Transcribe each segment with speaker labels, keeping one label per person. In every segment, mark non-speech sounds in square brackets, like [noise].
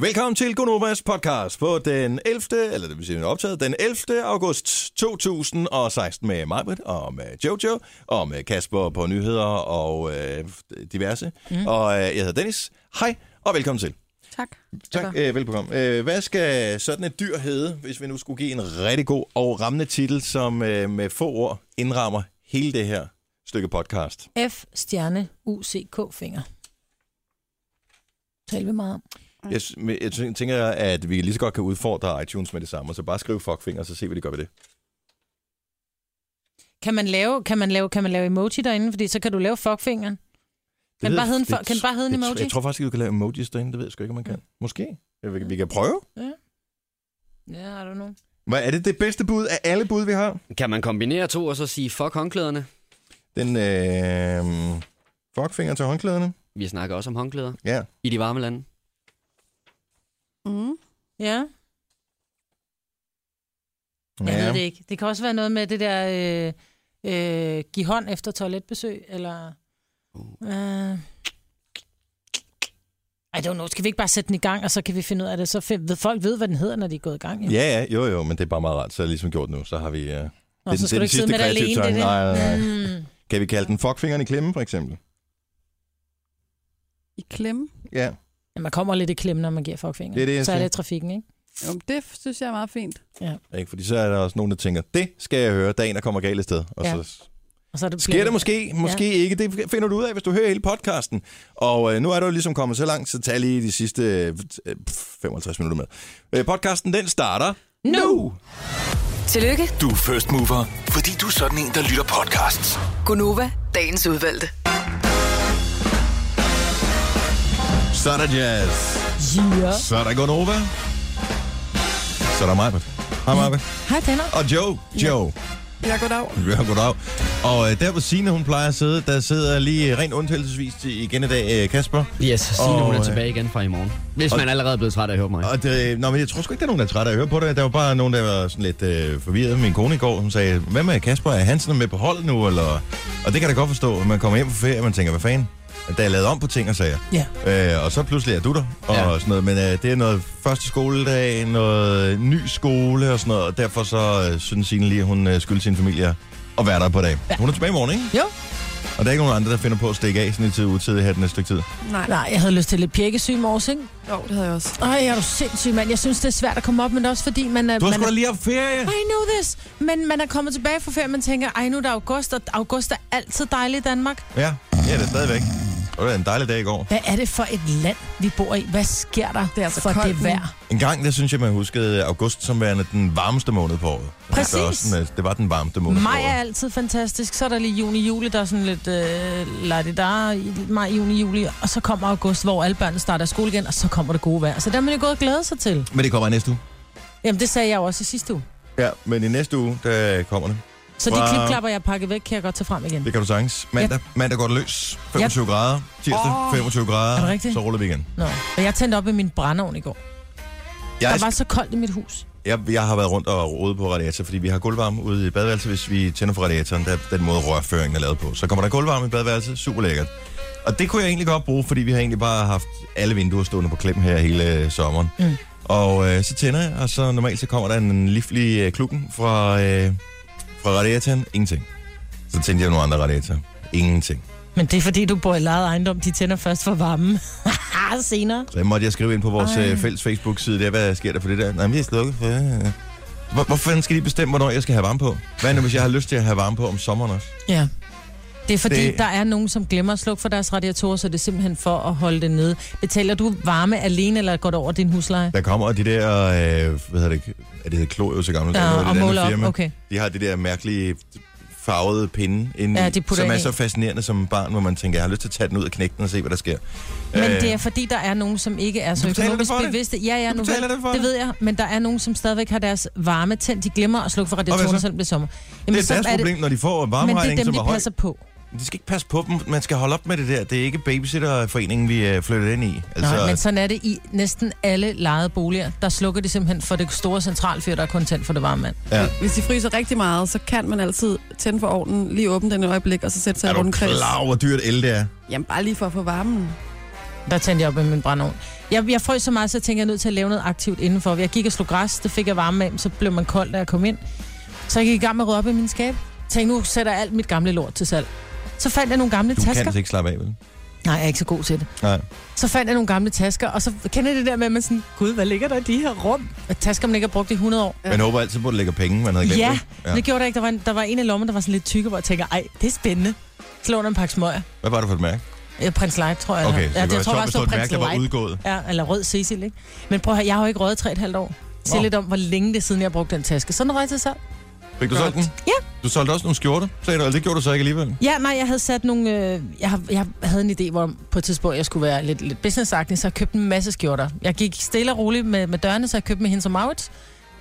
Speaker 1: Velkommen til Gonovas podcast på den 11. eller det vil sige, den er optaget den 11. august 2016 med Marbet og med Jojo og med Kasper på nyheder og øh, diverse. Mm. Og øh, jeg hedder Dennis. Hej og velkommen til.
Speaker 2: Tak.
Speaker 1: Tak, øh, velbekomme. Øh, hvad skal sådan et dyr hedde, hvis vi nu skulle give en rigtig god og rammende titel, som øh, med få ord indrammer hele det her stykke podcast?
Speaker 3: F stjerne UCK finger. Tal vi meget om.
Speaker 1: Jeg, s- men jeg tæ- tænker, at vi lige så godt kan udfordre iTunes med det samme, så bare skriv fuckfinger, så se, hvad de gør ved det.
Speaker 3: Kan man lave, kan man lave, kan man lave emoji derinde? Fordi så kan du lave fuckfingeren.
Speaker 1: Det
Speaker 3: Kan den
Speaker 1: ved
Speaker 3: bare
Speaker 1: jeg-
Speaker 3: hedde en fu-
Speaker 1: jeg-
Speaker 3: kan den bare hedde en
Speaker 1: jeg tror-
Speaker 3: emoji?
Speaker 1: Jeg tror faktisk, at du kan lave emojis derinde. Det ved jeg sgu ikke, om man kan. Måske. Jeg ved- Mm. Vi kan prøve.
Speaker 3: Ja, I don't know.
Speaker 1: Hvad er det det bedste bud af alle bud, vi har?
Speaker 4: Kan man kombinere to og så sige fuck håndklæderne?
Speaker 1: Den øh, fuckfinger til håndklæderne.
Speaker 4: Vi snakker også om håndklæder
Speaker 1: Ja.
Speaker 4: i de varme lande.
Speaker 2: Mm.
Speaker 3: Ja, jeg ja. ved det ikke. Det kan også være noget med det der, øh, øh, give hånd efter toiletbesøg, eller...
Speaker 1: Uh.
Speaker 3: Øh, I don't know. Skal vi ikke bare sætte den i gang, og så kan vi finde ud af det? Så fe- ved folk ved, hvad den hedder, når de er gået i gang. jo.
Speaker 1: Ja, ja, jo, jo, men det er bare meget rart. Så er det ligesom gjort nu, så har vi... Øh,
Speaker 3: Nå,
Speaker 1: det er den-
Speaker 3: så skal
Speaker 1: det er den
Speaker 3: du ikke sidde
Speaker 1: sidste
Speaker 3: med det
Speaker 1: kreative
Speaker 3: alene,
Speaker 1: tanke.
Speaker 3: det der.
Speaker 1: Nej, nej,
Speaker 3: Mm.
Speaker 1: kan vi kalde den fuckfingeren i klemme, for eksempel?
Speaker 2: I klemme.
Speaker 1: Ja.
Speaker 3: Ja, man kommer lidt i klemme, når man giver fuckfinger.
Speaker 1: Det er det, jeg
Speaker 3: så er
Speaker 1: siger.
Speaker 3: det trafikken, ikke?
Speaker 2: Jo, men det synes jeg er meget fint.
Speaker 1: Ikke? Fordi så er der også nogen, der tænker, det skal jeg høre dagen, der kommer galt af sted. Og
Speaker 3: Ja.
Speaker 1: så
Speaker 3: Og så er det
Speaker 1: Sker det måske, måske ja. ikke. Det finder du ud af, hvis du hører hele podcasten. Og øh, nu er du ligesom kommet så langt, så tag lige de sidste øh, øh, 55 minutter med. Øh, podcasten, den starter nu.
Speaker 5: Tillykke,
Speaker 6: Du er first mover, fordi du er sådan en, der lytter podcasts.
Speaker 5: Gunova, dagens udvalgte.
Speaker 1: Så er der jazz.
Speaker 3: Ja.
Speaker 1: Så er der Gonova. Så er der Majbet. Hej Majbet.
Speaker 3: Hej, Tanner.
Speaker 1: Og Joe. Joe.
Speaker 2: Mm. Ja, goddag.
Speaker 1: Ja, goddag. Og øh, der hvor Signe, hun plejer at sidde, der sidder lige øh, rent undtagelsesvis til igen i dag øh, Kasper.
Speaker 4: Yes, Signe,
Speaker 1: Og,
Speaker 4: hun er
Speaker 1: øh,
Speaker 4: tilbage igen fra i morgen. Hvis
Speaker 1: og-
Speaker 4: man allerede er blevet træt af at høre mig.
Speaker 1: Og det, nå, men jeg tror sgu ikke, der er nogen, der er trætte af at høre på det. Der var bare nogen, der var sådan lidt øh, forvirret. Min kone i går, hun sagde, hvad med Kasper? Er Hansen med på holdet nu? Eller? Og det kan jeg da godt forstå. Man kommer hjem fra ferie, og man tænker, hvad fanden? At Der er lavet om på ting og sager.
Speaker 3: Ja.
Speaker 1: Øh, og så pludselig er du der, og ja.
Speaker 4: Ja.
Speaker 1: sådan noget. Men øh, det er noget første skoledag, noget ny skole og sådan noget. Og derfor så øh, synes Signe lige, at hun øh, skylder sin familie at være der på dag. Ja. Hun er tilbage i morgen, ikke?
Speaker 3: Jo.
Speaker 1: Og der er ikke nogen andre, der finder på at stikke af sådan i tid utid her den næste stykke tid.
Speaker 2: Nej,
Speaker 3: Nej, jeg havde lyst til lidt pjekkesyg i morges, ikke?
Speaker 2: jo, det havde jeg også.
Speaker 3: Ej, er du sindssyg, mand. Jeg synes, det er svært at komme op, men det er også fordi, man er...
Speaker 1: Du har
Speaker 3: man
Speaker 1: sgu da
Speaker 3: er...
Speaker 1: lige haft ferie.
Speaker 3: I know this. Men man er kommet tilbage fra ferie, man tænker, ej, nu er det august, og august er altid dejlig i Danmark.
Speaker 1: Ja, ja det er stadigvæk. Og det var en dejlig dag i går.
Speaker 3: Hvad er det for et land, vi bor i? Hvad sker der
Speaker 2: Det er altså
Speaker 3: for
Speaker 2: koldt
Speaker 3: det
Speaker 2: nu.
Speaker 3: vejr?
Speaker 1: En gang, der synes jeg, man huskede august som værende den varmeste måned på året. Altså,
Speaker 3: Præcis.
Speaker 1: Det var, sådan, at det var den varmeste måned
Speaker 3: Maj
Speaker 1: på
Speaker 3: er
Speaker 1: året.
Speaker 3: altid fantastisk. Så er der lige juni, juli, der er sådan lidt øh, ladidar i maj, juni, juli. Og så kommer august, hvor alle børnene starter i skole igen, og så kommer det gode vejr. Så der er man jo gået og glæde sig til.
Speaker 1: Men det kommer i næste uge.
Speaker 3: Jamen, det sagde jeg jo også i sidste uge.
Speaker 1: Ja, men i næste uge, der kommer det.
Speaker 3: Så de
Speaker 1: Wow.
Speaker 3: klipklapper, jeg har pakket væk, kan jeg godt tage frem igen.
Speaker 1: Det kan du sagtens. Mandag, mandag går det løs. 25 grader. Tirsdag,
Speaker 2: Åh.
Speaker 1: 25 grader.
Speaker 3: Er det rigtigt?
Speaker 1: Så ruller vi igen.
Speaker 3: Nå. Og jeg tændte op i min brændeovn i går.
Speaker 1: Jeg,
Speaker 3: Der var så koldt i mit hus.
Speaker 1: jeg, jeg har været rundt og rodet på radiator, fordi vi har gulvvarme ude i badeværelset. Hvis vi tænder for radiatoren, der er den måde rørføringen er lavet på. Så kommer der gulvvarme i badeværelset. Super lækkert. Og det kunne jeg egentlig godt bruge, fordi vi har egentlig bare haft alle vinduer stående på klem her hele øh, sommeren. Mm. Og øh, så tænder jeg, og så normalt så kommer der en livlig øh, klukken fra, øh, fra radiatoren. Ingenting. Så tændte jeg nogle andre radiatorer. Ingenting.
Speaker 3: Men det er fordi, du bor i lejet ejendom. De tænder først for varmen. [laughs] Senere.
Speaker 1: Så måtte jeg skrive ind på vores Ej. fælles Facebook-side der, hvad sker der for det der? Nej, men jeg er slukket for det. Hvor, hvor fanden skal de bestemme, hvornår jeg skal have varme på? Hvad nu, hvis jeg har lyst til at have varme på om sommeren også?
Speaker 3: Ja. Det er fordi,
Speaker 1: Det-
Speaker 3: det... der er nogen, som glemmer at slukke for deres radiatorer, så det er simpelthen for at holde det nede. Betaler du varme alene, eller går det over din husleje?
Speaker 1: Der kommer de der, øh, hvad hedder det, er det hedder Klojo så gammelt?
Speaker 3: Ja,
Speaker 1: Nu er det
Speaker 3: og
Speaker 1: et andet
Speaker 3: måler op.
Speaker 1: firma.
Speaker 3: Okay.
Speaker 1: De har det der mærkelige farvede pinde inde,
Speaker 3: Ja,
Speaker 1: ja,
Speaker 3: de putter
Speaker 1: som er
Speaker 3: ind i.
Speaker 1: så fascinerende som barn, hvor man tænker, jeg har lyst til at tage den ud og knække den og se, hvad der sker. Øh,
Speaker 3: Men det er fordi, der er nogen, som ikke er så
Speaker 1: Du betaler det
Speaker 3: økonomisk
Speaker 1: for det.
Speaker 3: bevidste. Ja, ja,
Speaker 1: Du
Speaker 3: nu
Speaker 1: betaler
Speaker 3: vel,
Speaker 1: det for det.
Speaker 3: det ved jeg. Men der er nogen, som stadigvæk har deres varme tændt. De glemmer at slukke for
Speaker 1: hvad så?
Speaker 3: radiatorerne, selvom det er sommer. Jamen,
Speaker 1: det
Speaker 3: så
Speaker 1: er deres problem, når de får
Speaker 3: Men det er
Speaker 1: varmeregningen,
Speaker 3: dem,
Speaker 1: som
Speaker 3: de
Speaker 1: er høj.
Speaker 3: passer på.
Speaker 1: De skal ikke passe på dem. Man skal holde op med det der. Det er ikke babysitterforeningen, vi øh, flytter ind i.
Speaker 3: Nej, men sådan er det i næsten alle lejede boliger. Der slukker de simpelthen for det store centralfyr, der er kun tændt for det varme vand.
Speaker 1: Ja.
Speaker 2: Hvis de fryser rigtig meget, så kan man altid tænde for ovnen, lige åbne den et øjeblik, og så sætte sig i
Speaker 1: er du
Speaker 2: rundkreds.
Speaker 1: klar over, hvor dyrt el det er?
Speaker 2: Jamen, bare lige for at få varmen.
Speaker 3: Der tændte jeg op med min brændovn. Jeg, jeg frøs så meget, så jeg tænkte, jeg er nødt til at lave noget aktivt indenfor. Jeg gik og slog græs, det fik jeg varme af, så blev man kold, da jeg kom ind. Så jeg gik i gang med at rydde op i min skab. Tænkte, nu sætter jeg alt mit gamle lort til salg. Så fandt jeg nogle
Speaker 1: Du
Speaker 3: gamle
Speaker 1: kan
Speaker 3: tasker.
Speaker 1: altså ikke slappe af, vel?
Speaker 3: Nej, jeg er ikke så god til det.
Speaker 1: Nej.
Speaker 3: Så fandt jeg nogle gamle tasker, og så kender jeg det der med, at man sådan, gud, hvad ligger der i de her rum? Og tasker, man ikke har brugt i 100 år.
Speaker 1: Man håber altid på, at der ligger penge, man havde glemt.
Speaker 3: Ja,
Speaker 1: ikke?
Speaker 3: ja. det gjorde der ikke. Der var, en, der var en af lommen, der var sådan lidt tykke, hvor jeg tænker, ej, det er spændende. Så lå der en pakke smøger.
Speaker 1: Hvad var det for et mærke?
Speaker 3: Ja, prins Light, tror jeg.
Speaker 1: Okay, så
Speaker 3: ja,
Speaker 1: det var
Speaker 3: jeg tror,
Speaker 1: sjovt,
Speaker 3: bare,
Speaker 1: hvis
Speaker 3: det
Speaker 1: det var
Speaker 3: stod
Speaker 1: et mærke, der
Speaker 3: prins
Speaker 1: var
Speaker 3: Light.
Speaker 1: udgået.
Speaker 3: Ja, eller rød Cecil, ikke? Men prøv at høre, jeg har jo ikke røget 3,5 år. Sig
Speaker 1: Nå.
Speaker 3: lidt om, hvor længe det er siden, jeg har brugt den taske. Sådan røg til sig.
Speaker 1: Fik du solgt den?
Speaker 3: Ja.
Speaker 1: Du solgte også nogle skjorter, sagde du, eller det gjorde du så ikke alligevel.
Speaker 3: Ja, nej, jeg havde sat nogle... Øh, jeg, har- jeg havde en idé, hvor på et tidspunkt, jeg skulle være lidt, lidt businessagtig, så jeg købte en masse skjorter. Jeg gik stille og roligt med, med dørene, så jeg købte med hende som out.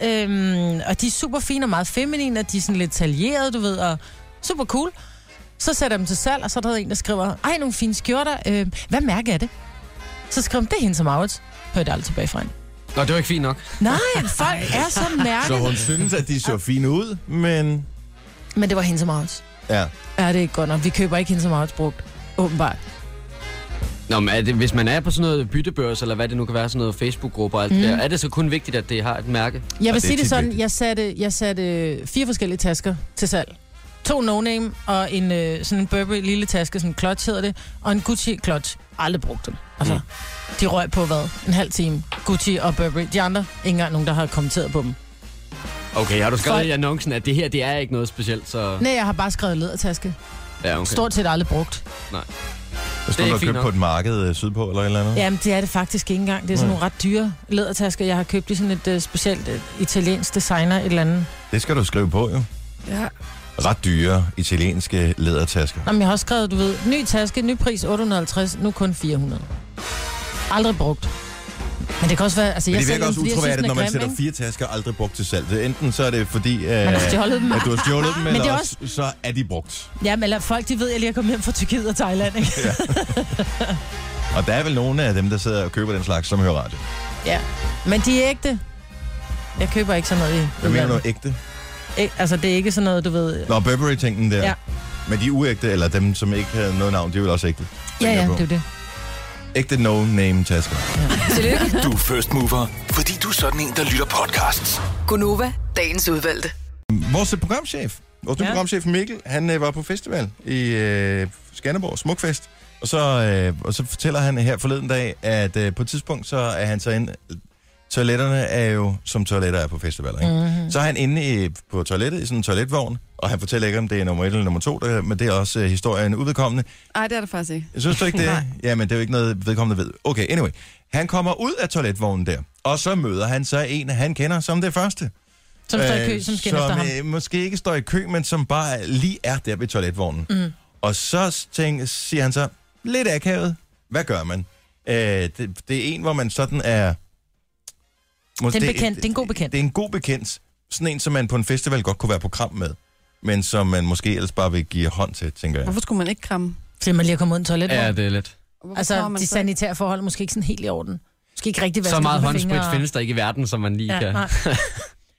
Speaker 3: Øhm, og de er super fine og meget feminine, og de er sådan lidt taljerede, du ved, og super cool. Så sætter jeg dem til salg, og så er der en, der skriver, ej, nogle fine skjorter, øh, hvad mærke er det? Så skriver jeg, det er hende som out. Hørte jeg aldrig tilbage fra hende.
Speaker 4: Nå, det var ikke fint nok.
Speaker 3: Nej, folk er så
Speaker 1: Så
Speaker 3: mærkelige.
Speaker 1: hun synes, at de så fine ud, men...
Speaker 3: Men det var hende som out.
Speaker 1: Ja.
Speaker 3: Er det ikke godt nok? Vi køber ikke hende som out brugt, åbenbart.
Speaker 4: Nå, men er det, hvis man er på sådan noget byttebørs, eller hvad det nu kan være, sådan noget Facebook-grupper og alt mm. det der, er det så kun vigtigt, at det har et mærke?
Speaker 3: Jeg
Speaker 1: det er
Speaker 3: vil sige det
Speaker 1: tit
Speaker 3: sådan,
Speaker 1: vigtigt.
Speaker 3: jeg satte, jeg satte øh, fire forskellige tasker til salg. To no-name og en øh, sådan en Burberry lille taske, sådan en clutch hedder det, og en Gucci clutch. Aldrig brugt dem. Altså, mm. de røg på hvad? En halv time. Gucci og Burberry. De andre, ikke engang nogen, der har kommenteret på dem.
Speaker 4: Okay, har du skrevet
Speaker 3: Folk-
Speaker 4: i annoncen, at det her, det er ikke noget specielt, så...
Speaker 3: Nej, jeg har bare skrevet lædertaske.
Speaker 4: Ja, okay.
Speaker 3: Okay. Stort set aldrig brugt.
Speaker 1: Hvis
Speaker 4: Det er
Speaker 1: du har
Speaker 4: fint
Speaker 1: købt
Speaker 4: nok.
Speaker 1: på et marked øh, sydpå eller et eller andet.
Speaker 3: Jamen, det er det faktisk ikke engang. Det er sådan
Speaker 1: Nej.
Speaker 3: nogle ret dyre lædertasker, jeg har købt i sådan et øh, specielt øh, italiensk designer et eller andet.
Speaker 1: Det skal du skrive på, jo.
Speaker 2: Ja.
Speaker 1: Ret dyre italienske lædertasker.
Speaker 3: Nå, men jeg har også skrevet, du ved, ny taske, ny pris 850, nu kun 400. Aldrig brugt. Men det kan også være... Altså,
Speaker 1: Men
Speaker 3: jeg
Speaker 1: det virker
Speaker 3: sælger den,
Speaker 1: også
Speaker 3: fordi jeg synes,
Speaker 1: utroværdigt,
Speaker 3: den er
Speaker 1: når man
Speaker 3: grim,
Speaker 1: sætter
Speaker 3: ikke?
Speaker 1: fire tasker aldrig brugt til salg. Det er Enten så er det fordi, øh,
Speaker 3: Man har
Speaker 1: [laughs]
Speaker 3: stjålet dem.
Speaker 1: at du har stjålet dem,
Speaker 3: Men det
Speaker 1: eller
Speaker 3: er
Speaker 1: også, så er de brugt.
Speaker 3: Jamen, eller folk, de ved, at jeg lige er kommet hjem fra Tyrkiet og Thailand, ikke?
Speaker 1: Og der er vel nogle af dem, der sidder og køber den slags, som hører radio.
Speaker 3: ja. [laughs] Men de er ægte. Jeg køber ikke sådan noget i...
Speaker 1: Hvad mener du,
Speaker 3: udlandet.
Speaker 1: ægte?
Speaker 3: Æ, altså, det er ikke sådan noget, du ved...
Speaker 1: Nå, Burberry-tingen der.
Speaker 3: Ja.
Speaker 1: Men de uægte, eller dem, som ikke havde noget navn, de er vel også ægte.
Speaker 3: Ja,
Speaker 1: tænker jeg
Speaker 3: ja,
Speaker 1: på.
Speaker 3: det er jo det.
Speaker 1: Ægte no-name-tasker.
Speaker 5: Tillykke.
Speaker 6: Du er first mover, fordi du er sådan en, der lytter podcasts.
Speaker 5: Gunova, dagens udvalgte.
Speaker 1: Vores øh, programchef, vores ja.
Speaker 3: Ja.
Speaker 1: programchef Mikkel, han øh, var på festival i øh, Skanderborg, Smukfest. Og så, øh, og så fortæller han her forleden dag, at øh, på et tidspunkt, så er han så inde... Toiletterne er jo, som toiletter er på festivaler, ikke? Mm-hmm. Så er han inde i, på toilettet i sådan en toiletvogn, og han fortæller ikke, om det er nummer et eller nummer to, der, men det er også øh, historien udvedkommende.
Speaker 2: Ej, det er det faktisk ikke.
Speaker 1: Jeg synes du ikke det? Jamen, det er jo ikke noget, vedkommende ved. Okay, anyway. Han kommer ud af toiletvognen der, og så møder han så en, han kender som det første.
Speaker 3: Som står i kø, som skinner efter ham.
Speaker 1: øh, måske ikke står i kø, men som bare lige er der ved toiletvognen. Mm. Og så tænk, siger han så, lidt akavet, hvad gør man? Øh, det, det er en, hvor man sådan er... Mås-
Speaker 3: Det er en bekendt. Det er en god bekendt.
Speaker 1: Det er en god bekendt. Sådan en, som man på en festival godt kunne være på kram med, men som man måske ellers bare vil give hånd til, tænker jeg.
Speaker 2: Hvorfor skulle man ikke kramme?
Speaker 3: Fordi man lige er kommet ud i toilet.
Speaker 4: Ja, det er lidt.
Speaker 2: Hvorfor krammer
Speaker 3: altså,
Speaker 2: man
Speaker 3: de
Speaker 2: så ikke?
Speaker 3: sanitære forhold er måske ikke sådan helt i orden. Måske ikke rigtig
Speaker 4: Så
Speaker 3: vasket
Speaker 4: meget
Speaker 3: på
Speaker 4: håndsprit
Speaker 3: fingre og-
Speaker 4: findes der ikke i verden, som man lige
Speaker 3: Ja,
Speaker 4: kan...
Speaker 3: nej.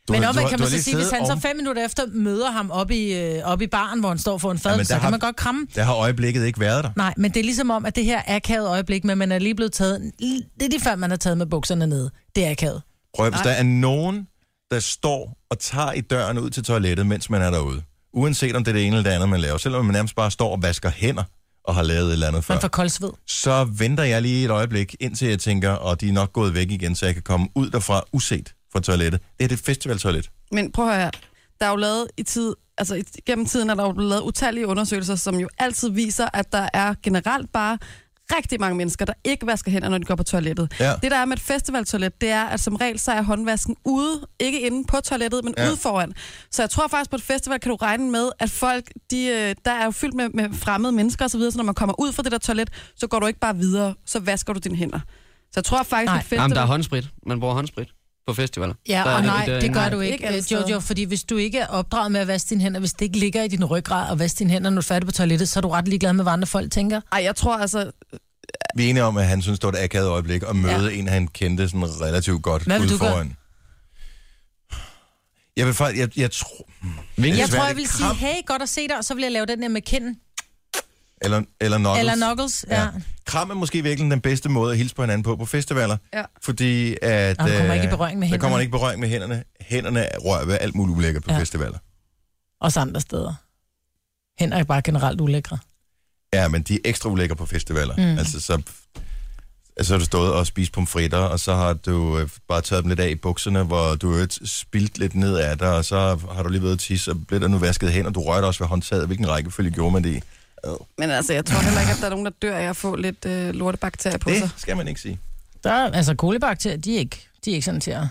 Speaker 1: Du
Speaker 3: Men
Speaker 1: har- du
Speaker 3: omvendt
Speaker 1: har-
Speaker 3: kan
Speaker 1: du
Speaker 3: man
Speaker 1: har
Speaker 3: så
Speaker 1: lige
Speaker 3: sige, hvis
Speaker 1: siddet
Speaker 3: han så
Speaker 1: oven-
Speaker 3: fem minutter efter møder ham oppe i, øh, oppe i baren, hvor han står for en fad,
Speaker 1: Jamen,
Speaker 3: ja,
Speaker 1: der
Speaker 3: så kan
Speaker 1: har-
Speaker 3: man godt kramme.
Speaker 1: Der har øjeblikket ikke været der.
Speaker 3: Nej, men det er ligesom om, at det her akavet øjeblik, men man er lige blevet taget... Det er lige før, man er taget med bukserne nede. Det er akavet.
Speaker 1: Prøv at, hvis der er nogen, der står og tager i døren ud til toilettet, mens man er derude. Uanset om det er det ene eller det andet, man laver. Selvom man nærmest bare står og vasker hænder og har lavet et eller andet før.
Speaker 3: Man får kold sved.
Speaker 1: Så venter jeg lige et øjeblik, indtil jeg tænker, og de er nok gået væk igen, så jeg kan komme ud derfra uset fra toilettet. Det er det festivaltoilet.
Speaker 2: Men prøv at høre her. Der er jo lavet i tid, altså i, gennem tiden er der jo blevet lavet utallige undersøgelser, som jo altid viser, at der er generelt bare rigtig mange mennesker, der ikke vasker hænder, når de går på toilettet.
Speaker 1: Ja.
Speaker 2: Det der er med et festivaltoilet, det er, at som regel så er håndvasken ude, ikke inde på toilettet, men
Speaker 1: Ja.
Speaker 2: ja. ude foran. Så jeg tror faktisk på et festival kan du regne med, at folk, de, øh, der er jo fyldt med, med fremmede mennesker osv., så, videre, så når man kommer ud fra det der toilet, så går du ikke bare videre, så vasker du dine hænder. Så jeg tror faktisk,
Speaker 3: Nej.
Speaker 2: at
Speaker 4: Jamen, der er
Speaker 2: festival...
Speaker 4: håndsprit. Man bruger håndsprit på festivaler.
Speaker 3: Ja,
Speaker 4: Der er
Speaker 3: og
Speaker 4: ikke-
Speaker 3: nej,
Speaker 4: der er
Speaker 3: det
Speaker 4: ikke-
Speaker 3: gør du
Speaker 2: Ikke
Speaker 3: ikke,
Speaker 2: alle
Speaker 3: øh,
Speaker 2: steder.
Speaker 3: Jojo, fordi hvis du ikke er opdraget med at vaske dine hænder, hvis det ikke ligger i din ryggrad at vaske dine hænder, når du er færdig på toilettet, så er du ret ligeglad med, hvad andre folk tænker.
Speaker 2: Ej, jeg tror altså,
Speaker 1: Vi er enige om, at han synes, det var et akavet øjeblik at møde ja. en, han kendte sådan relativt godt
Speaker 3: Hvad vil
Speaker 1: ude
Speaker 3: du gøre?
Speaker 1: foran. Jeg vil faktisk... Jeg, jeg tror...
Speaker 4: Vinke.
Speaker 1: Det er
Speaker 3: Jeg
Speaker 1: svært,
Speaker 3: tror, jeg
Speaker 1: det
Speaker 3: vil
Speaker 1: kram.
Speaker 3: sige, hey, godt at se dig, og så vil jeg lave den der med kinden.
Speaker 1: Eller, eller knuckles.
Speaker 3: Eller knuckles, ja. ja.
Speaker 1: Kram er måske virkelig den bedste måde at hilse på hinanden på på festivaler,
Speaker 2: Ja.
Speaker 1: fordi at...
Speaker 3: Og man kommer ikke i
Speaker 1: øh,
Speaker 3: berøring med
Speaker 1: Der kommer
Speaker 3: hænderne.
Speaker 1: man ikke i berøring med hænderne. Hænderne rører ved alt muligt ulækkert på
Speaker 3: Ja.
Speaker 1: ja. festivaler.
Speaker 3: Også andre steder. Hænder er bare generelt ulækre.
Speaker 1: Ja, men de er ekstra ulækre på festivaler.
Speaker 3: Mm.
Speaker 1: Mm. Altså, så, altså, så har du stået og spist pomfritter, og så har du øh, bare taget dem lidt af i bukserne, hvor du har spildt lidt ned af dig, og så har du lige været tisse, og blev der nu vasket hen, og du rørte også ved håndtaget. Hvilken rækkefølge gjorde man det i?
Speaker 2: Men altså, jeg tror heller ikke, at der er nogen, der dør af at få lidt øh, lortebakterier på sig.
Speaker 1: Det skal man ikke sige.
Speaker 3: Der er, altså, kolibakterier, de er ikke, de er ikke sådan til at
Speaker 1: Men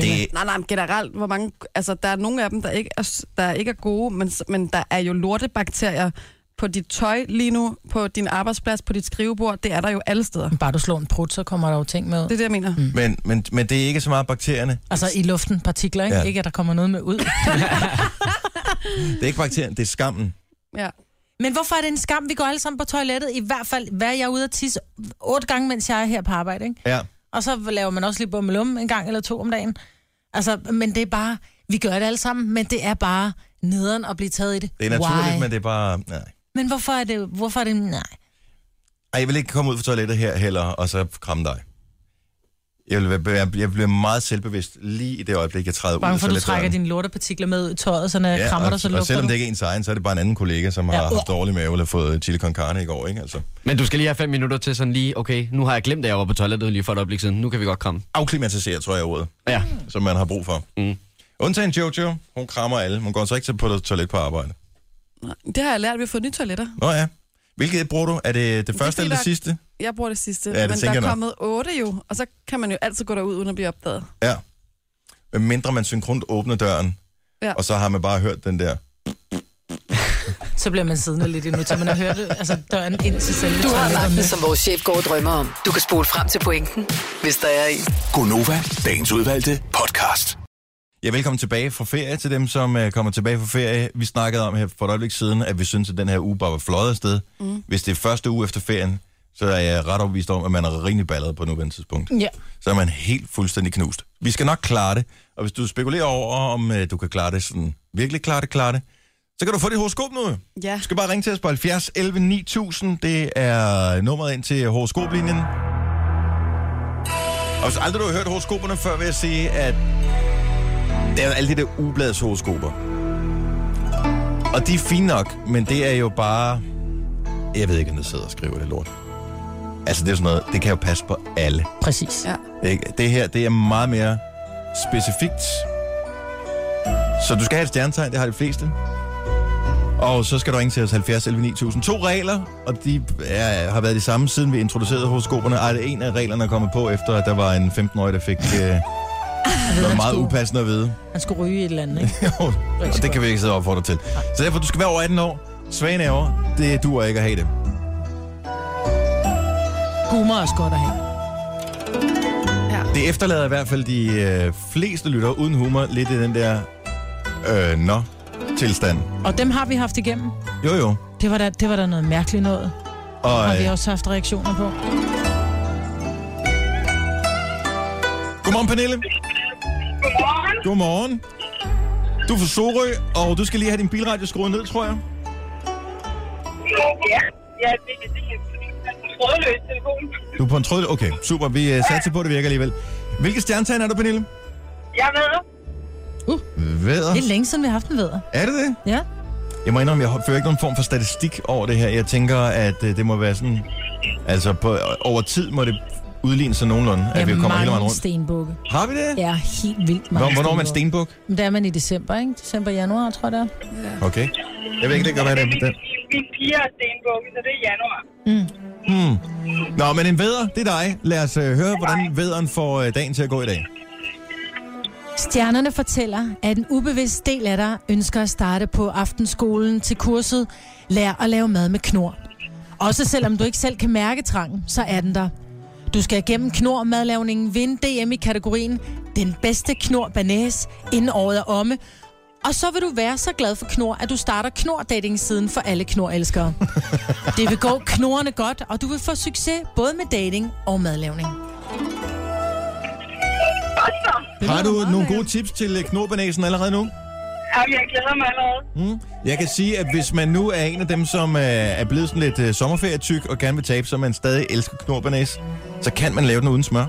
Speaker 3: spille
Speaker 1: det,
Speaker 2: Nej, nej, men generelt, hvor mange... Altså, der er nogle af dem, der ikke er, der ikke er gode, men, s- men der er jo lortebakterier på dit tøj lige nu, på din arbejdsplads, på dit skrivebord. Det er der jo alle steder.
Speaker 3: med. Øh, Bare du slår en prut, så kommer der jo ting med.
Speaker 2: Det er det, jeg mener. Mm.
Speaker 1: men, men, men det er ikke så meget bakterierne.
Speaker 3: Altså i luften, partikler, ikke? Ja.
Speaker 1: Ja.
Speaker 3: Ikke at der kommer noget med ud. [laughs]
Speaker 1: Det er ikke bakterierne, det er skammen.
Speaker 2: Ja.
Speaker 3: Men hvorfor er det en skam, vi går alle sammen på toilettet? I hvert fald, hvad jeg er ude at tisse otte gange, mens jeg er her på arbejde, ikke?
Speaker 1: Ja.
Speaker 3: Og så laver man også lige bummelum en gang eller to om dagen. Altså, men det er bare, vi gør det alle sammen, men det er bare nederen at blive taget i det.
Speaker 1: Det er naturligt,
Speaker 3: Why?
Speaker 1: Why? men det er bare... Nej.
Speaker 3: Men hvorfor er det, hvorfor er det, nej.
Speaker 1: Ej, jeg vil ikke komme ud fra toilettet her heller, og så kramme dig. Jeg, vil være, jeg, jeg bliver meget selvbevidst lige i det øjeblik, jeg træder ud.
Speaker 3: Bange
Speaker 1: af
Speaker 3: for, at du
Speaker 1: toiletdøren.
Speaker 3: trækker dine lortepartikler med ud i tøjet, så når jeg
Speaker 1: Ja,
Speaker 3: krammer
Speaker 1: og,
Speaker 3: dig, så
Speaker 1: og
Speaker 3: lugter
Speaker 1: selvom
Speaker 3: du.
Speaker 1: det ikke er ens egen, så er det bare en anden kollega, som har
Speaker 3: Ja.
Speaker 1: ja. haft dårlig mave eller fået chili con carne i går, ikke? Altså,
Speaker 4: Men du skal lige have fem minutter til sådan lige, okay, nu har jeg glemt, at jeg var på toilettet lige for et øjeblik siden. Nu kan vi godt kramme.
Speaker 1: afklimatisere, tror jeg er ordet,
Speaker 4: Ja.
Speaker 1: som man har brug for.
Speaker 4: Mm.
Speaker 1: Undtagen Jojo, hun krammer alle. Hun går så ikke til på toilet på arbejde.
Speaker 2: Nej, Det har jeg lært, vi har fået nye toiletter.
Speaker 1: Nå ja. Hvilket bruger du? Er det det første
Speaker 2: fordi,
Speaker 1: eller det
Speaker 2: der-
Speaker 1: sidste?
Speaker 2: Jeg bruger det sidste,
Speaker 1: Ja, det
Speaker 2: men der
Speaker 1: tænker
Speaker 2: er
Speaker 1: jeg nok.
Speaker 2: kommet otte jo, og så kan man jo altid gå derud, uden at blive opdaget.
Speaker 1: Ja. Men mindre man synkront åbner døren,
Speaker 2: Ja.
Speaker 1: ja. og så har man bare hørt den der.
Speaker 3: Så bliver man siddende lidt endnu, til man har hørt det, altså døren ind til selve
Speaker 5: Du har magten,
Speaker 3: toilettet.
Speaker 5: som vores chef går og drømmer om. Du kan spole frem til pointen, hvis der er en.
Speaker 6: Gonova, dagens udvalgte podcast.
Speaker 1: Ja, velkommen tilbage fra ferie til dem, som øh, kommer tilbage fra ferie. Vi snakkede om her for et øjeblik siden, at vi synes, at den her uge bare var fløjet afsted. Mm. Hvis det er første uge efter ferien, så er jeg ret overbevist om, at man er rimelig balleret på nuværende tidspunkt.
Speaker 3: Ja.
Speaker 1: så er man helt fuldstændig knust. Vi skal nok klare det, og hvis du spekulerer over, om øh, du kan klare det sådan, virkelig klare det, klare det, så kan du få dit horoskop nu. jo.
Speaker 2: Ja.
Speaker 1: Du skal bare ringe til os på 70 11 9000, det er nummeret ind til horoskoplinjen. Og hvis aldrig du har hørt horoskoperne før, vil jeg sige, at det er jo alle de der ubladets horoskoper. Og de er fine nok, men det er jo bare... Jeg ved ikke, om der sidder og skriver det lort. Altså, det er sådan noget, det kan jo passe på alle.
Speaker 3: Præcis.
Speaker 2: Ja.
Speaker 1: Ikke? Det her, det er meget mere specifikt. Så du skal have et stjernetegn, det har de fleste. Og så skal du ringe til os 70 11 9000. To regler, og de er, har været de samme, siden vi introducerede horoskoperne. Ej, det er en af reglerne, der kommer på, efter at der var en 15-årig, der fik øh, noget meget upassende at vide.
Speaker 3: Han skulle ryge et eller andet, ikke?
Speaker 1: Jo, og det kan vi ikke sidde og opfordre til. Så derfor, du skal være over 18 år. Svage naver, det duer ikke at have det.
Speaker 3: Humor er også godt at have.
Speaker 1: Det efterlader i hvert fald de øh, fleste lyttere uden humor lidt i den der øh, nå-tilstand.
Speaker 3: Og dem har vi haft igennem.
Speaker 1: Jo, jo.
Speaker 3: Det var da, det var da noget mærkeligt noget. Har
Speaker 1: Og
Speaker 3: vi
Speaker 1: øh,
Speaker 3: også haft reaktioner på.
Speaker 1: godmorgen, Pernille.
Speaker 7: Godmorgen.
Speaker 1: Godmorgen. Du er fra Sorø, og du skal lige have din bilradio skruet ned, tror jeg.
Speaker 7: Ja, ja det, det, det er en trådløs telefon.
Speaker 1: Du er på en tråd... Okay, super. Vi øh, satser på, at det virker alligevel. Hvilke stjernetegn er du, Pernille?
Speaker 7: Jeg ved,
Speaker 1: Væder.
Speaker 3: Det er længe siden, vi har haft en vædder.
Speaker 1: Er det det?
Speaker 3: Ja.
Speaker 1: Jeg må indrømme, jeg fører ikke nogen form for statistik over det her. Jeg tænker, at øh, det må være sådan... Altså, på, over tid må det udligne sig nogenlunde, at vi kommer hele vejen rundt.
Speaker 3: stenbukke.
Speaker 1: Har vi det?
Speaker 3: Ja, helt vildt mange
Speaker 1: Hvor, hvornår er man
Speaker 3: stenbukke.
Speaker 1: stenbuk?
Speaker 3: Men der er man i december, ikke? December, januar, tror jeg det er.
Speaker 1: Okay. Jeg ved ikke, det kan godt være, det
Speaker 7: vi,
Speaker 1: er... det-
Speaker 7: vi, vi piger er stenbukke, så det er januar.
Speaker 1: Hmm. Nå, men en vædder, det er dig. Lad os øh, høre, hvordan vædderen får øh, dagen til at gå i dag.
Speaker 3: Stjernerne fortæller, at en ubevidst del af dig ønsker at starte på aftenskolen til kurset Lær at lave mad med knor. Også selvom du ikke selv kan mærke trangen, så er den der. Du skal igennem knormadlavningen vinde DM i kategorien Den bedste knor banæs, inden året er omme. Og så vil du være så glad for knor, at du starter knor-dating-siden for alle knorelskere. Det vil gå knorene godt, og du vil få succes både med dating og madlavning.
Speaker 1: Har du nogle gode tips til øh, knobanæsen allerede nu?
Speaker 7: Jamen, jeg glæder mig allerede.
Speaker 1: Mm. Jeg kan sige, at hvis man nu er en af dem, som øh, er blevet sådan lidt øh, sommerferietyk og gerne vil tabe, så man stadig elsker knorbanæs, så kan man lave den uden smør.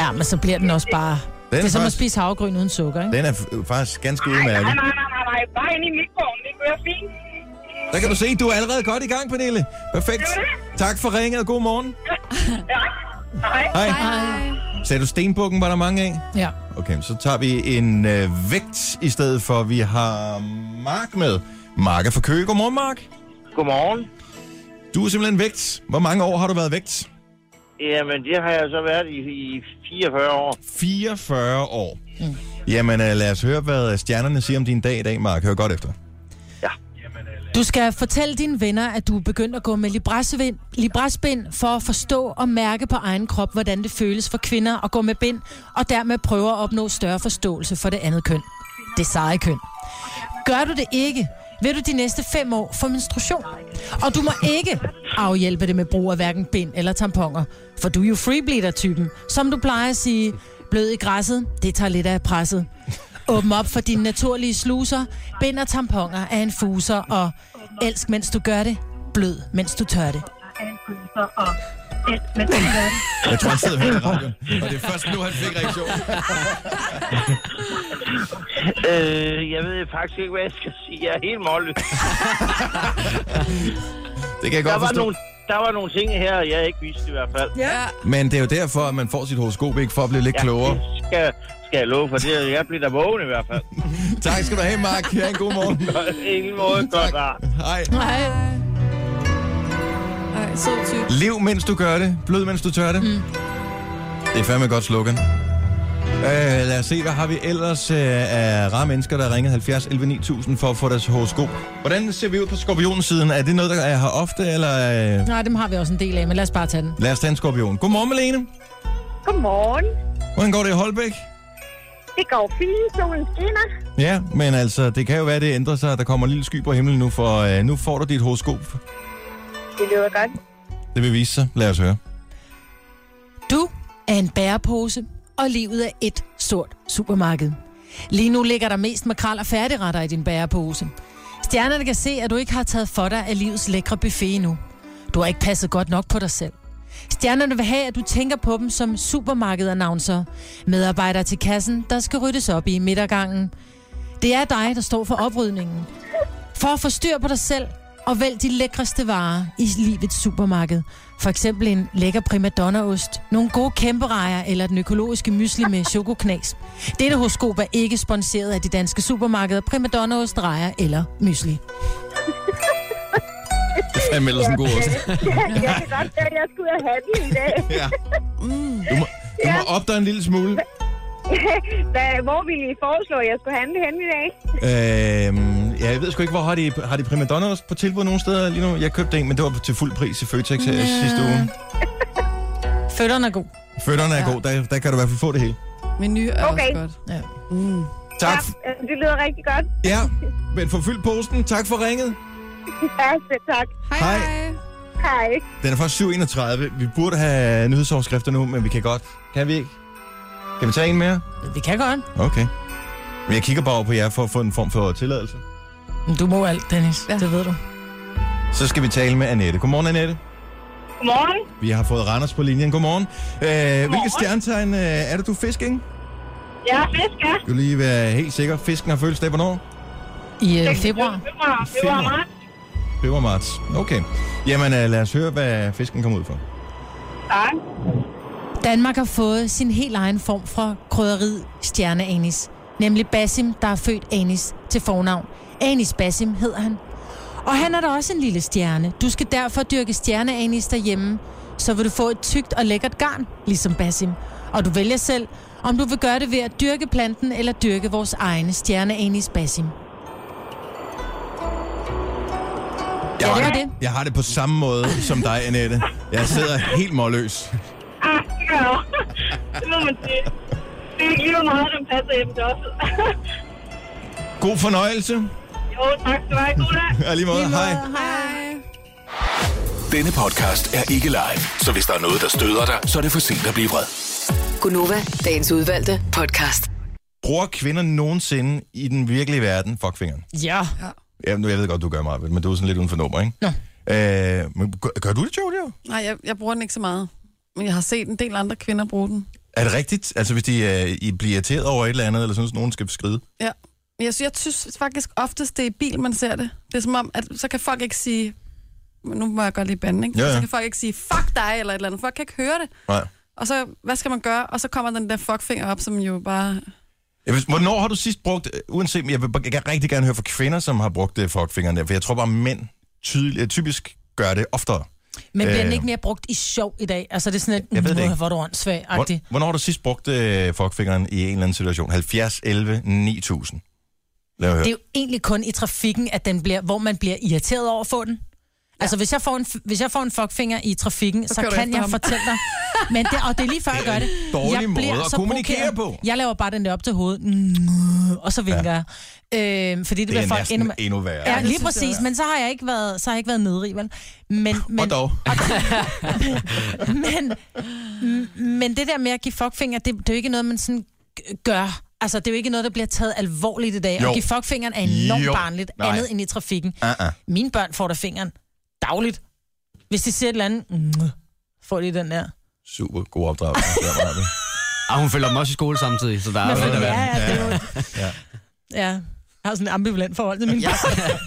Speaker 3: Ja, men så bliver den også bare...
Speaker 1: Den
Speaker 3: det
Speaker 1: er,
Speaker 3: er som at
Speaker 1: faktisk,
Speaker 3: spise havregryn uden sukker, ikke?
Speaker 1: den er f- øh, faktisk ganske
Speaker 7: Nej,
Speaker 1: udmærket.
Speaker 7: nej, nej, nej, nej, Bare ind i mikroovnen, det kører fint.
Speaker 1: Der kan du se, du er allerede godt i gang, Pernille. Perfekt. Tak for ringet, og god morgen.
Speaker 7: Ja. Hej.
Speaker 1: Hej.
Speaker 2: Hej.
Speaker 1: Sagde du stenbukken, var der mange af?
Speaker 3: Ja.
Speaker 1: Okay, så tager vi en øh, vægt i stedet for, vi har Mark med. Mark er fra Køge. Godmorgen, Mark.
Speaker 8: Godmorgen.
Speaker 1: Du er simpelthen vægt. Hvor mange år har du været vægt?
Speaker 8: Jamen, det har jeg så været i, i 44 år. [clears throat]
Speaker 1: 44 år. Mm. Jamen, øh, lad os høre, hvad stjernerne siger om din dag i dag, Mark. Hør godt efter.
Speaker 3: Du skal fortælle dine venner, at du er begyndt at gå med librassevind- librasbind for at forstå og mærke på egen krop, hvordan det føles for kvinder at gå med bind, og dermed prøve at opnå større forståelse for det andet køn. Det seje køn. Gør du det ikke, vil du de næste fem år få menstruation. Og du må ikke afhjælpe det med brug af hverken bind eller tamponer, for du er jo freebleeder-typen. Som du plejer at sige, blød i græsset, det tager lidt af presset. Åbn op for dine naturlige sluser, bind og tamponer af en fuser, og elsk, mens du gør det, blød, mens du tør det.
Speaker 1: Jeg tror, han sidder her i radioen, [laughs] og det er først nu, han fik reaktion.
Speaker 8: Øh, jeg ved faktisk ikke, hvad jeg skal sige. Jeg er helt målløs.
Speaker 1: Det kan jeg
Speaker 8: Der
Speaker 1: godt
Speaker 8: var,
Speaker 1: forstå.
Speaker 8: nogle, der var nogle ting her, jeg ikke vidste i hvert fald.
Speaker 2: Ja.
Speaker 1: Men det er jo derfor, at man får sit horoskop, ikke? For at blive lidt klogere.
Speaker 8: det skal, skal jeg love for det. Jeg bliver da vågen i hvert fald.
Speaker 1: [laughs] Tak skal du have, Mark. Ja, en god [laughs] morgen.
Speaker 8: Ingen måde godt var.
Speaker 1: Hej.
Speaker 2: Hej. Ej, sød type.
Speaker 1: Lev, mens du gør det. Blød, mens du tør det. Mm. Det er fandme et godt slogan. Øh, lad os se, hvad har vi ellers øh, af rare mennesker, der ringer 70 11 9000 for at få deres horoskop. Hvordan ser vi ud på skorpionsiden? Er det noget, der er her ofte, eller... Øh...
Speaker 3: Nej, dem har vi også en del af, men lad os bare tage den.
Speaker 1: Lad os tage en skorpion. Godmorgen, Malene.
Speaker 9: Godmorgen.
Speaker 1: Hvordan går det i Holbæk?
Speaker 9: Det går fint, solen skinner.
Speaker 1: Ja, men altså, det kan jo være, det ændrer sig, at der kommer en lille sky på himlen nu, for øh, nu får du dit horoskop.
Speaker 9: Det lyder godt.
Speaker 1: Det vil vise sig. Lad os høre.
Speaker 3: Du er en bærepose, og livet er et stort supermarked. Lige nu ligger der mest makrel og færdigretter i din bærepose. Stjernerne kan se, at du ikke har taget for dig af livets lækre buffet endnu. Du har ikke passet godt nok på dig selv. Stjernerne vil have, at du tænker på dem som supermarkedannoncer. Medarbejdere til kassen, der skal ryddes op i midtergangen. Det er dig, der står for oprydningen. For at få styr på dig selv og vælg de lækreste varer i livets supermarked. For eksempel en lækker primadonnaost, nogle gode kæmperejer eller den økologiske mysli [laughs] med chokoknas. Dette horoskop er ikke sponsoreret af de danske supermarkeder primadonnaost, rejer eller mysli.
Speaker 1: Det er fandme ellers en god ost.
Speaker 9: jeg kan godt være, at jeg skulle ud og have den i dag. [laughs]
Speaker 1: Ja. Du må, du må op dig en lille smule.
Speaker 9: Hvad, hvor ville I foreslå, at jeg skulle handle hen i dag?
Speaker 1: Øhm, ja, jeg ved sgu ikke, hvor har de, har de primadonnaer på tilbud nogen steder lige nu? Jeg købte en, men det var til fuld pris i Føtex her ja. sidste uge.
Speaker 3: Fødderne er god.
Speaker 1: Fødderne er ja. god, der, der kan du i hvert fald få det hele.
Speaker 2: Menu er okay.
Speaker 9: Okay.
Speaker 2: også godt.
Speaker 1: Tak.
Speaker 9: Ja, øh, det lyder rigtig godt.
Speaker 1: Ja, men få fyldt posten. Tak for ringet.
Speaker 9: Ja, selv tak.
Speaker 2: Hej,
Speaker 1: Hej.
Speaker 2: hej. hej.
Speaker 9: Hej.
Speaker 1: Den er faktisk 7.31. Vi burde have nyhedsoverskrifter nu, men vi kan godt. Kan vi ikke? Kan vi tage en mere?
Speaker 3: Vi kan godt.
Speaker 1: Okay. Men jeg kigger bare over på jer for at få en form for tilladelse.
Speaker 3: Men Du må alt, Dennis.
Speaker 2: Ja.
Speaker 3: Ja. Det ved du.
Speaker 1: Så skal vi tale med Annette. Godmorgen, Annette.
Speaker 7: Godmorgen.
Speaker 1: Vi har fået Randers på linjen. Godmorgen. Øh, hvilket stjernetegn øh, er det, du er fisk, ikke?
Speaker 7: Jeg er fisk, ja.
Speaker 1: Du lige være helt sikker. Fisken har fødselsdag hvornår?
Speaker 3: I øh, februar.
Speaker 7: Det var, det var
Speaker 1: Februar.
Speaker 7: meget.
Speaker 1: Det var marts. Okay. Jamen, øh, lad os høre, hvad fisken kom ud for.
Speaker 7: Tak.
Speaker 3: Danmark har fået sin helt egen form for krydderiet stjerneanis. Nemlig Basim, der er født Anis til fornavn. Anis Basim hedder han. Og han er da også en lille stjerne. Du skal derfor dyrke stjerneanis derhjemme. Så vil du få et tykt og lækkert garn, ligesom Basim. Og du vælger selv, om du vil gøre det ved at dyrke planten eller dyrke vores egne stjerneanis Basim.
Speaker 1: Jeg
Speaker 3: Ja,
Speaker 1: har
Speaker 3: det var
Speaker 1: det,
Speaker 3: det.
Speaker 1: jeg har det på samme måde som dig, Annette. Jeg sidder helt målløs.
Speaker 7: Ah, det gør jeg også. [laughs] Det må man sige. Det er ikke lige hvor meget, som passer hjem til os.
Speaker 1: God fornøjelse.
Speaker 7: Jo, tak skal du have. God dag.
Speaker 1: Og lige måde, hej.
Speaker 2: hej.
Speaker 6: Denne podcast er ikke live, så hvis der er noget, der støder dig, så er det for sent at blive vred.
Speaker 5: Gunova, dagens udvalgte podcast.
Speaker 1: Bruger kvinder nogensinde i den virkelige verden fuckfingeren?
Speaker 3: Ja.
Speaker 1: Ja, nu, jeg ved godt, du gør meget, men du er sådan lidt uden for nummer, ikke? Nå. Øh, men gør, gør du det, Jojo?
Speaker 2: Nej, jeg, jeg bruger den ikke så meget. Men jeg har set en del andre kvinder bruge den.
Speaker 1: Er det rigtigt? Altså, hvis de øh, I bliver irriteret over et eller andet, eller synes, nogen skal skride?
Speaker 2: Ja. Men jeg, synes, jeg synes faktisk oftest, det er i bil, man ser det. Det er som om, at så kan folk ikke sige... Men Nu må jeg godt lige bande, ikke?
Speaker 1: Ja, ja.
Speaker 2: Så kan folk ikke sige, fuck dig, eller et eller andet. Folk kan ikke høre det.
Speaker 1: Nej.
Speaker 2: Og så, hvad skal man gøre? Og så kommer den der fuckfinger op, som jo bare...
Speaker 1: Ja, hvis- Hvornår har du sidst brugt, øh, uanset, men jeg vil jeg kan rigtig gerne høre fra kvinder, som har brugt øh, fuckfingeren der, for jeg tror bare, mænd tydel, øh, typisk gør det oftere.
Speaker 3: Men bliver den
Speaker 1: Øh.
Speaker 3: ikke mere brugt i sjov i dag? Altså, det er sådan et,
Speaker 1: Jeg ved det
Speaker 3: "Nå,
Speaker 1: ikke."
Speaker 3: hvor er du åndssvag
Speaker 1: Hvor,
Speaker 3: -agtigt.
Speaker 1: hvornår har du sidst brugt øh, fuckfingeren i en eller anden situation? 70, 11, 9000. Lad mig høre.
Speaker 3: Det er
Speaker 1: Det...
Speaker 3: jo egentlig kun i trafikken, at den bliver, hvor man bliver irriteret over at få den. Altså, hvis jeg får en, hvis jeg får en fuckfinger i trafikken, så,
Speaker 2: kører du
Speaker 3: kan
Speaker 2: efter
Speaker 3: jeg
Speaker 2: ham.
Speaker 3: fortælle
Speaker 2: [laughs]
Speaker 3: dig... Men det, og det er lige før, jeg gør det.
Speaker 1: [laughs] dårlig
Speaker 3: jeg
Speaker 1: måde
Speaker 3: bliver
Speaker 1: at
Speaker 3: så
Speaker 1: kommunikere
Speaker 3: provokeret.
Speaker 1: på.
Speaker 3: Jeg laver bare den der op til hovedet. Mm, Og så vinker ja. jeg. Øh, fordi det,
Speaker 1: Det er
Speaker 3: bliver folk
Speaker 1: næsten
Speaker 3: endnu...
Speaker 1: endnu værre.
Speaker 3: Ja,
Speaker 2: det
Speaker 3: lige
Speaker 2: synes jeg
Speaker 3: præcis,
Speaker 2: også.
Speaker 3: men så har jeg ikke været, så har jeg ikke været nedrig, vel? Men, men,
Speaker 1: Og dog.
Speaker 3: men, m- men det der med at give fuckfinger, det, det er jo ikke noget, man sådan g- gør. Altså, det er jo ikke noget, der bliver taget alvorligt i dag.
Speaker 1: Jo.
Speaker 3: At give fuckfingeren er enormt
Speaker 1: Jo.
Speaker 3: barnligt,
Speaker 1: Nej.
Speaker 3: andet end i trafikken.
Speaker 1: Uh-uh.
Speaker 3: Mine børn får da fingeren dagligt. Hvis de siger et eller andet, mm, får de den der.
Speaker 1: Super god opdragelse. Der var det.
Speaker 4: Og Ah, hun følger dem også i skole samtidig, så der er
Speaker 3: Men
Speaker 4: jo
Speaker 3: for,
Speaker 1: ved
Speaker 4: lidt
Speaker 1: jeg,
Speaker 4: af
Speaker 3: ja,
Speaker 4: hvert.
Speaker 3: ja, det er jo,
Speaker 1: Ja.
Speaker 3: ja. Jeg har sådan en ambivalent forhold til mine børn.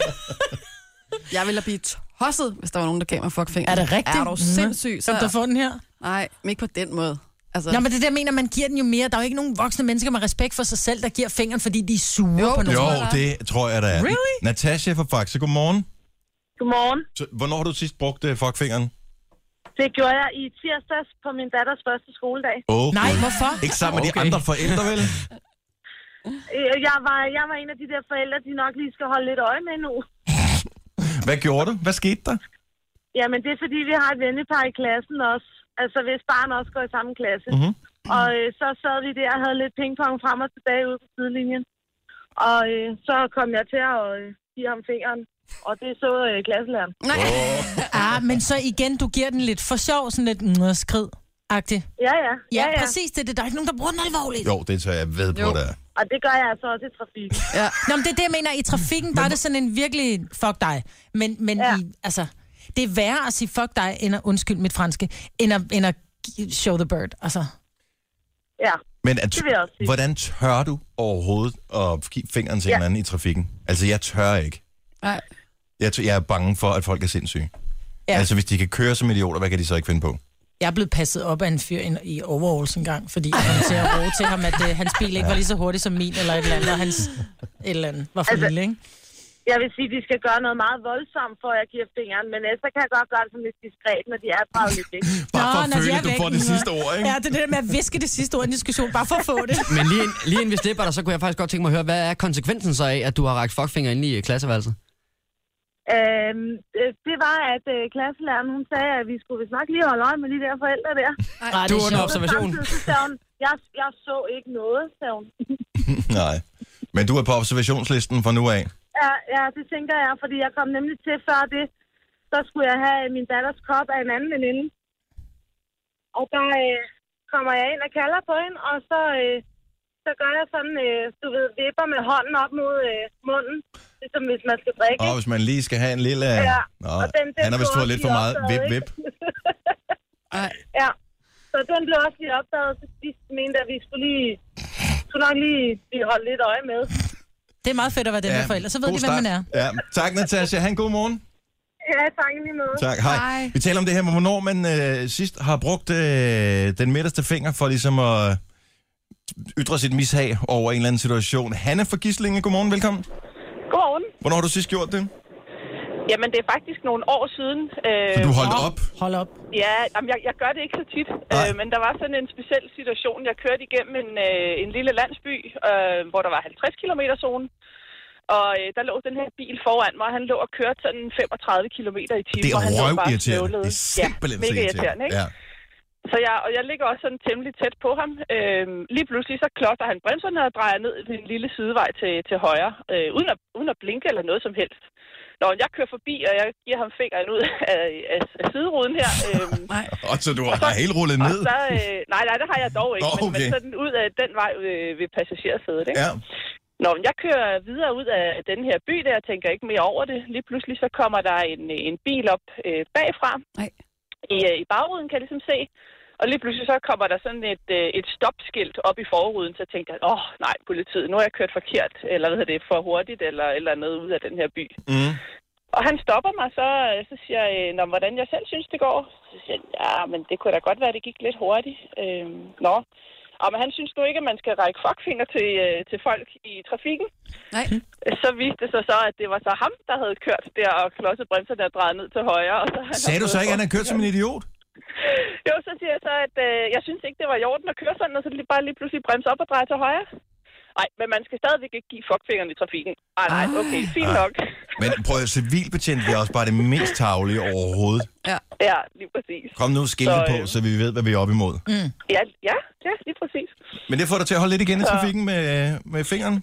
Speaker 2: Jeg ville da blive tosset, hvis der var nogen, der gav mig fuckfinger.
Speaker 3: Er det rigtigt?
Speaker 2: Er du sindssyg?
Speaker 3: Så der
Speaker 2: Så...
Speaker 3: får den her.
Speaker 2: Nej, men ikke på den måde. Altså,
Speaker 3: Nå, men det der mener, man giver den jo mere. Der er jo ikke nogen voksne mennesker med respekt for sig selv, der giver fingeren, fordi de er sure
Speaker 2: Jo,
Speaker 3: på
Speaker 2: det
Speaker 3: noget.
Speaker 1: Jo,
Speaker 2: tror jeg, der
Speaker 1: det tror jeg, der er.
Speaker 3: Really?
Speaker 1: Natasha fra Faxe, godmorgen.
Speaker 7: Godmorgen.
Speaker 1: Så, hvornår har du sidst brugt øh, fuckfingeren?
Speaker 7: Det gjorde jeg i tirsdags på min datters første skoledag.
Speaker 1: Oh,
Speaker 3: Nej, hvorfor?
Speaker 1: Ikke sammen med de
Speaker 4: Okay.
Speaker 1: andre forældre,
Speaker 3: [laughs]
Speaker 1: vel?
Speaker 7: Øh, Jeg var, jeg var en af de der forældre, de nok lige skal holde lidt øje med nu.
Speaker 1: Hvad gjorde du? Hvad skete der?
Speaker 7: Jamen, det er fordi, vi har et vennepar i klassen også. Altså, hvis barn også går i samme klasse.
Speaker 1: Mhm.
Speaker 7: Mm-hmm. Og øh, så sad vi der og havde lidt pingpong frem og tilbage ude på sidelinjen. Og øh, så kom jeg til at øh, give ham fingeren. Og det så øh, klasselæreren.
Speaker 2: Nej.
Speaker 3: [laughs] Ah, men så igen, du giver den lidt for sjov, sådan lidt mm, skrid -agtigt.
Speaker 7: Ja, ja.
Speaker 3: Ja, ja, præcis, det er det. Der er ikke nogen, der bruger den alvorligt. Jo.
Speaker 1: Jo, det tror jeg, jeg ved på,
Speaker 2: Jo.
Speaker 1: der er.
Speaker 7: Og det gør jeg altså også i trafikken.
Speaker 2: Ja.
Speaker 3: Nå, men det er det, jeg mener. I trafikken, der er det sådan en virkelig fuck dig. Men, men ja.
Speaker 7: Ja.
Speaker 3: i, altså, det er værre at sige fuck dig, end at undskyld mit franske, end at, end at gi- show the bird. Altså,
Speaker 7: Ja.
Speaker 1: Men at,
Speaker 7: Det vil jeg også sige.
Speaker 1: hvordan tør du overhovedet at give fingeren til ja.
Speaker 7: Ja.
Speaker 1: hinanden i trafikken? Altså, jeg tør ikke.
Speaker 2: Nej.
Speaker 1: Jeg, tør, jeg er bange for, at folk er sindssyge. Ja.
Speaker 3: Ja.
Speaker 1: Altså, hvis de kan køre som idioter, hvad kan de så ikke finde på? [laughs]
Speaker 3: jeg er blevet passet op af en fyr i- i overalls en gang, fordi jeg kom til at råbe til ham, at øh, hans bil ikke var lige så hurtig som min, eller et eller andet, og hans et eller andet var for altså,
Speaker 7: Altså,
Speaker 3: lille, ikke?
Speaker 7: Jeg vil sige, at de skal gøre noget meget voldsomt, for at jeg giver fingeren. Men ellers så kan jeg godt gøre det som lidt diskret, når de er
Speaker 3: [laughs]
Speaker 7: draget lidt væk.
Speaker 1: Bare for
Speaker 3: Nå,
Speaker 1: at
Speaker 3: når de
Speaker 1: føle,
Speaker 3: er
Speaker 1: at du
Speaker 3: væk
Speaker 1: får det
Speaker 3: nu.
Speaker 1: sidste ord, ikke?
Speaker 3: Ja, det er det der med at viske det sidste ord i en diskussion, bare for at få det.
Speaker 4: [laughs] Men lige, ind- lige inden vi slipper dig, så kunne jeg faktisk godt tænke mig at høre, hvad er konsekvensen så af, at du har rakt fuckfinger ind i øh, klasseværelset?
Speaker 7: Øhm, øh, det var, at øh, klasselæreren hun sagde, at vi skulle vist nok lige holde øje med de der forældre der.
Speaker 3: Ej,
Speaker 4: Du
Speaker 3: det
Speaker 4: er
Speaker 3: er
Speaker 4: under
Speaker 3: sjovt.
Speaker 4: observation.
Speaker 7: Samtidig så sagde hun, jeg, jeg så ikke noget, sagde hun.
Speaker 1: Nej. Men du er på observationslisten fra nu af.
Speaker 7: Ja, ja, det tænker jeg, fordi jeg kom nemlig til før det. Så skulle jeg have min datters kop af en anden veninde. Og der øh, kommer jeg ind og kalder på hende, og så, øh, så gør jeg sådan, øh, du ved, vipper med hånden op mod øh, munden. Ligesom hvis man skal drikke.
Speaker 1: Og
Speaker 7: ikke?
Speaker 1: hvis man lige skal have en lille...
Speaker 7: Ja,
Speaker 1: Nå,
Speaker 7: og den- den
Speaker 1: han har vist
Speaker 7: blev
Speaker 1: fået lidt
Speaker 7: også
Speaker 1: for
Speaker 7: lige
Speaker 1: meget vip,
Speaker 7: opdaget,
Speaker 1: vip.
Speaker 2: Ej.
Speaker 7: Ja, så den blev også lige opdaget, så de mente, at vi skulle lige skulle nok lige blive holdt lidt øje med.
Speaker 3: Det er meget fedt at være den her forælder, så ved
Speaker 1: god
Speaker 3: de, hvem man er.
Speaker 1: start. Ja. Tak, Natasha. Han god morgen.
Speaker 7: Ja, tak i lige måde.
Speaker 1: Tak, hej. hej.
Speaker 2: Hej.
Speaker 1: Vi taler om det her med, hvornår man øh, sidst har brugt øh, den midterste finger for ligesom at øh, ytre sit mishag over en eller anden situation. Hanna fra Gislinge, godmorgen, velkommen.
Speaker 7: Godmorgen.
Speaker 1: Hvornår har du sidst gjort det?
Speaker 7: Jamen, det er faktisk nogle år siden. Øh,
Speaker 1: Så du holdt op.
Speaker 3: Hold op.
Speaker 7: Ja, jamen, jeg, jeg gør det ikke så tit,
Speaker 1: Nej.
Speaker 7: øh, men der var sådan en speciel situation. Jeg kørte igennem en, øh, en lille landsby, øh, hvor der var 50 km zone. Og øh, der lå den her bil foran mig, og han lå og kørte sådan 35 km i timen.
Speaker 1: Det er
Speaker 7: og han lå bare
Speaker 1: røvirriterende.
Speaker 7: snøvlede.
Speaker 1: Det er simpelthen
Speaker 7: ja, mega irriterende, ikke?
Speaker 1: Ja.
Speaker 7: Så jeg, og jeg ligger også sådan temmelig tæt på ham. Øhm, lige pludselig så klodser han bremserne og drejer ned ved en lille sidevej til, til højre, øh, uden, at, uden at blinke eller noget som helst.
Speaker 8: Nå, jeg kører forbi, og jeg giver ham fingeren ud af, af, af sideruden her. Øhm,
Speaker 1: Og så du har helt rullet
Speaker 8: og
Speaker 1: ned.
Speaker 8: så, øh, nej, nej, det har jeg dog ikke,
Speaker 1: Nå,
Speaker 8: Nå, okay. men,
Speaker 1: okay.
Speaker 8: men sådan ud af den vej øh, ved passagersædet, ikke?
Speaker 1: Ja.
Speaker 8: Nå, men jeg kører videre ud af den her by der, jeg tænker ikke mere over det. Lige pludselig så kommer der en, øh, en bil op øh, bagfra.
Speaker 2: Nej.
Speaker 8: I, øh, I bagruden kan jeg ligesom se. Og lige pludselig så kommer der sådan et, øh, et stopskilt op i forruden, så tænker jeg, åh oh, nej, politiet, nu har jeg kørt forkert, eller hvad hedder det, for hurtigt, eller, eller noget ud af den her by.
Speaker 1: Mm.
Speaker 8: Og han stopper mig, så, øh, så siger jeg, øh, "Nå, men hvordan jeg selv synes, det går. Så siger jeg, ja, men det kunne da godt være, det gik lidt hurtigt. Øh, nå. Og men han synes nu ikke, at man skal række fuckfinger til, øh, til folk i trafikken. Øh,
Speaker 2: Nej.
Speaker 8: Så viste det sig så, at det var så ham, der havde kørt der og klodset bremserne og drejet ned til højre. Og så han
Speaker 1: Sagde du så ikke, at han har kørt som en idiot?
Speaker 8: Jo, så siger jeg så, at øh, jeg synes ikke, det var i orden at køre sådan, og så lige, bare lige pludselig bremse op og dreje til højre. Nej, men man skal stadigvæk ikke give fuckfingeren i trafikken. Ej, nej, okay, fint
Speaker 1: Ej.
Speaker 8: nok. [laughs]
Speaker 1: Men prøv at civilbetjent det er også bare det mindst tavlige overhovedet.
Speaker 2: Ja.
Speaker 8: Ja, lige præcis.
Speaker 1: Kom nu skilte
Speaker 8: Så, øh,
Speaker 1: på, så vi ved, hvad vi er oppe imod.
Speaker 7: Mm.
Speaker 8: Ja, ja, ja lige præcis.
Speaker 1: Men det får dig til at holde lidt igen i
Speaker 8: Så-
Speaker 1: trafikken med, med fingeren.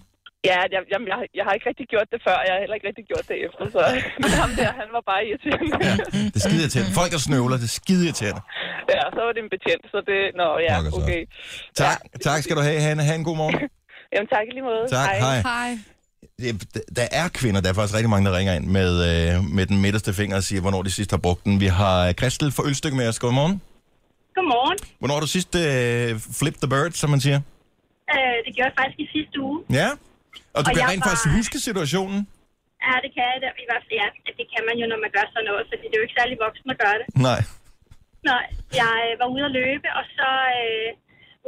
Speaker 8: Ja, jeg, jamen, jeg, jeg har ikke rigtig gjort det før, og jeg har heller ikke rigtig gjort det efter, så... Men ham der, han var bare irriterende. Ja,
Speaker 1: Det skider til. Folk der snøvler, det skider til.
Speaker 8: ja så var det en betjent, så det... Nå, ja,
Speaker 1: Nok og så.
Speaker 8: okay.
Speaker 1: Tak, tak skal du have, Hanne. Ha' en god
Speaker 7: [laughs]
Speaker 1: morgen.
Speaker 8: Jamen, tak i lige måde.
Speaker 1: Tak, hej.
Speaker 2: Hej.
Speaker 1: Det- Der er kvinder, der er faktisk rigtig mange, der ringer ind med, øh, med den midterste finger og siger, hvornår de sidst har brugt den. Vi har Kristel for Ølstykke med os. Godmorgen.
Speaker 7: Godmorgen.
Speaker 1: Hvornår har du sidst øh, flip the bird, som man siger?
Speaker 7: Øh, det gjorde jeg faktisk i sidste uge.
Speaker 1: Ja. Og du
Speaker 7: Og
Speaker 1: kan
Speaker 7: jeg
Speaker 1: rent
Speaker 7: var-
Speaker 1: faktisk huske situationen?
Speaker 7: Ja, det kan jeg da i hvert fald. Ja, det kan man jo, når man gør sådan noget, fordi det er jo ikke særlig voksen at gøre det.
Speaker 1: Nej.
Speaker 7: Nej, jeg øh, var ude at løbe, og så øh,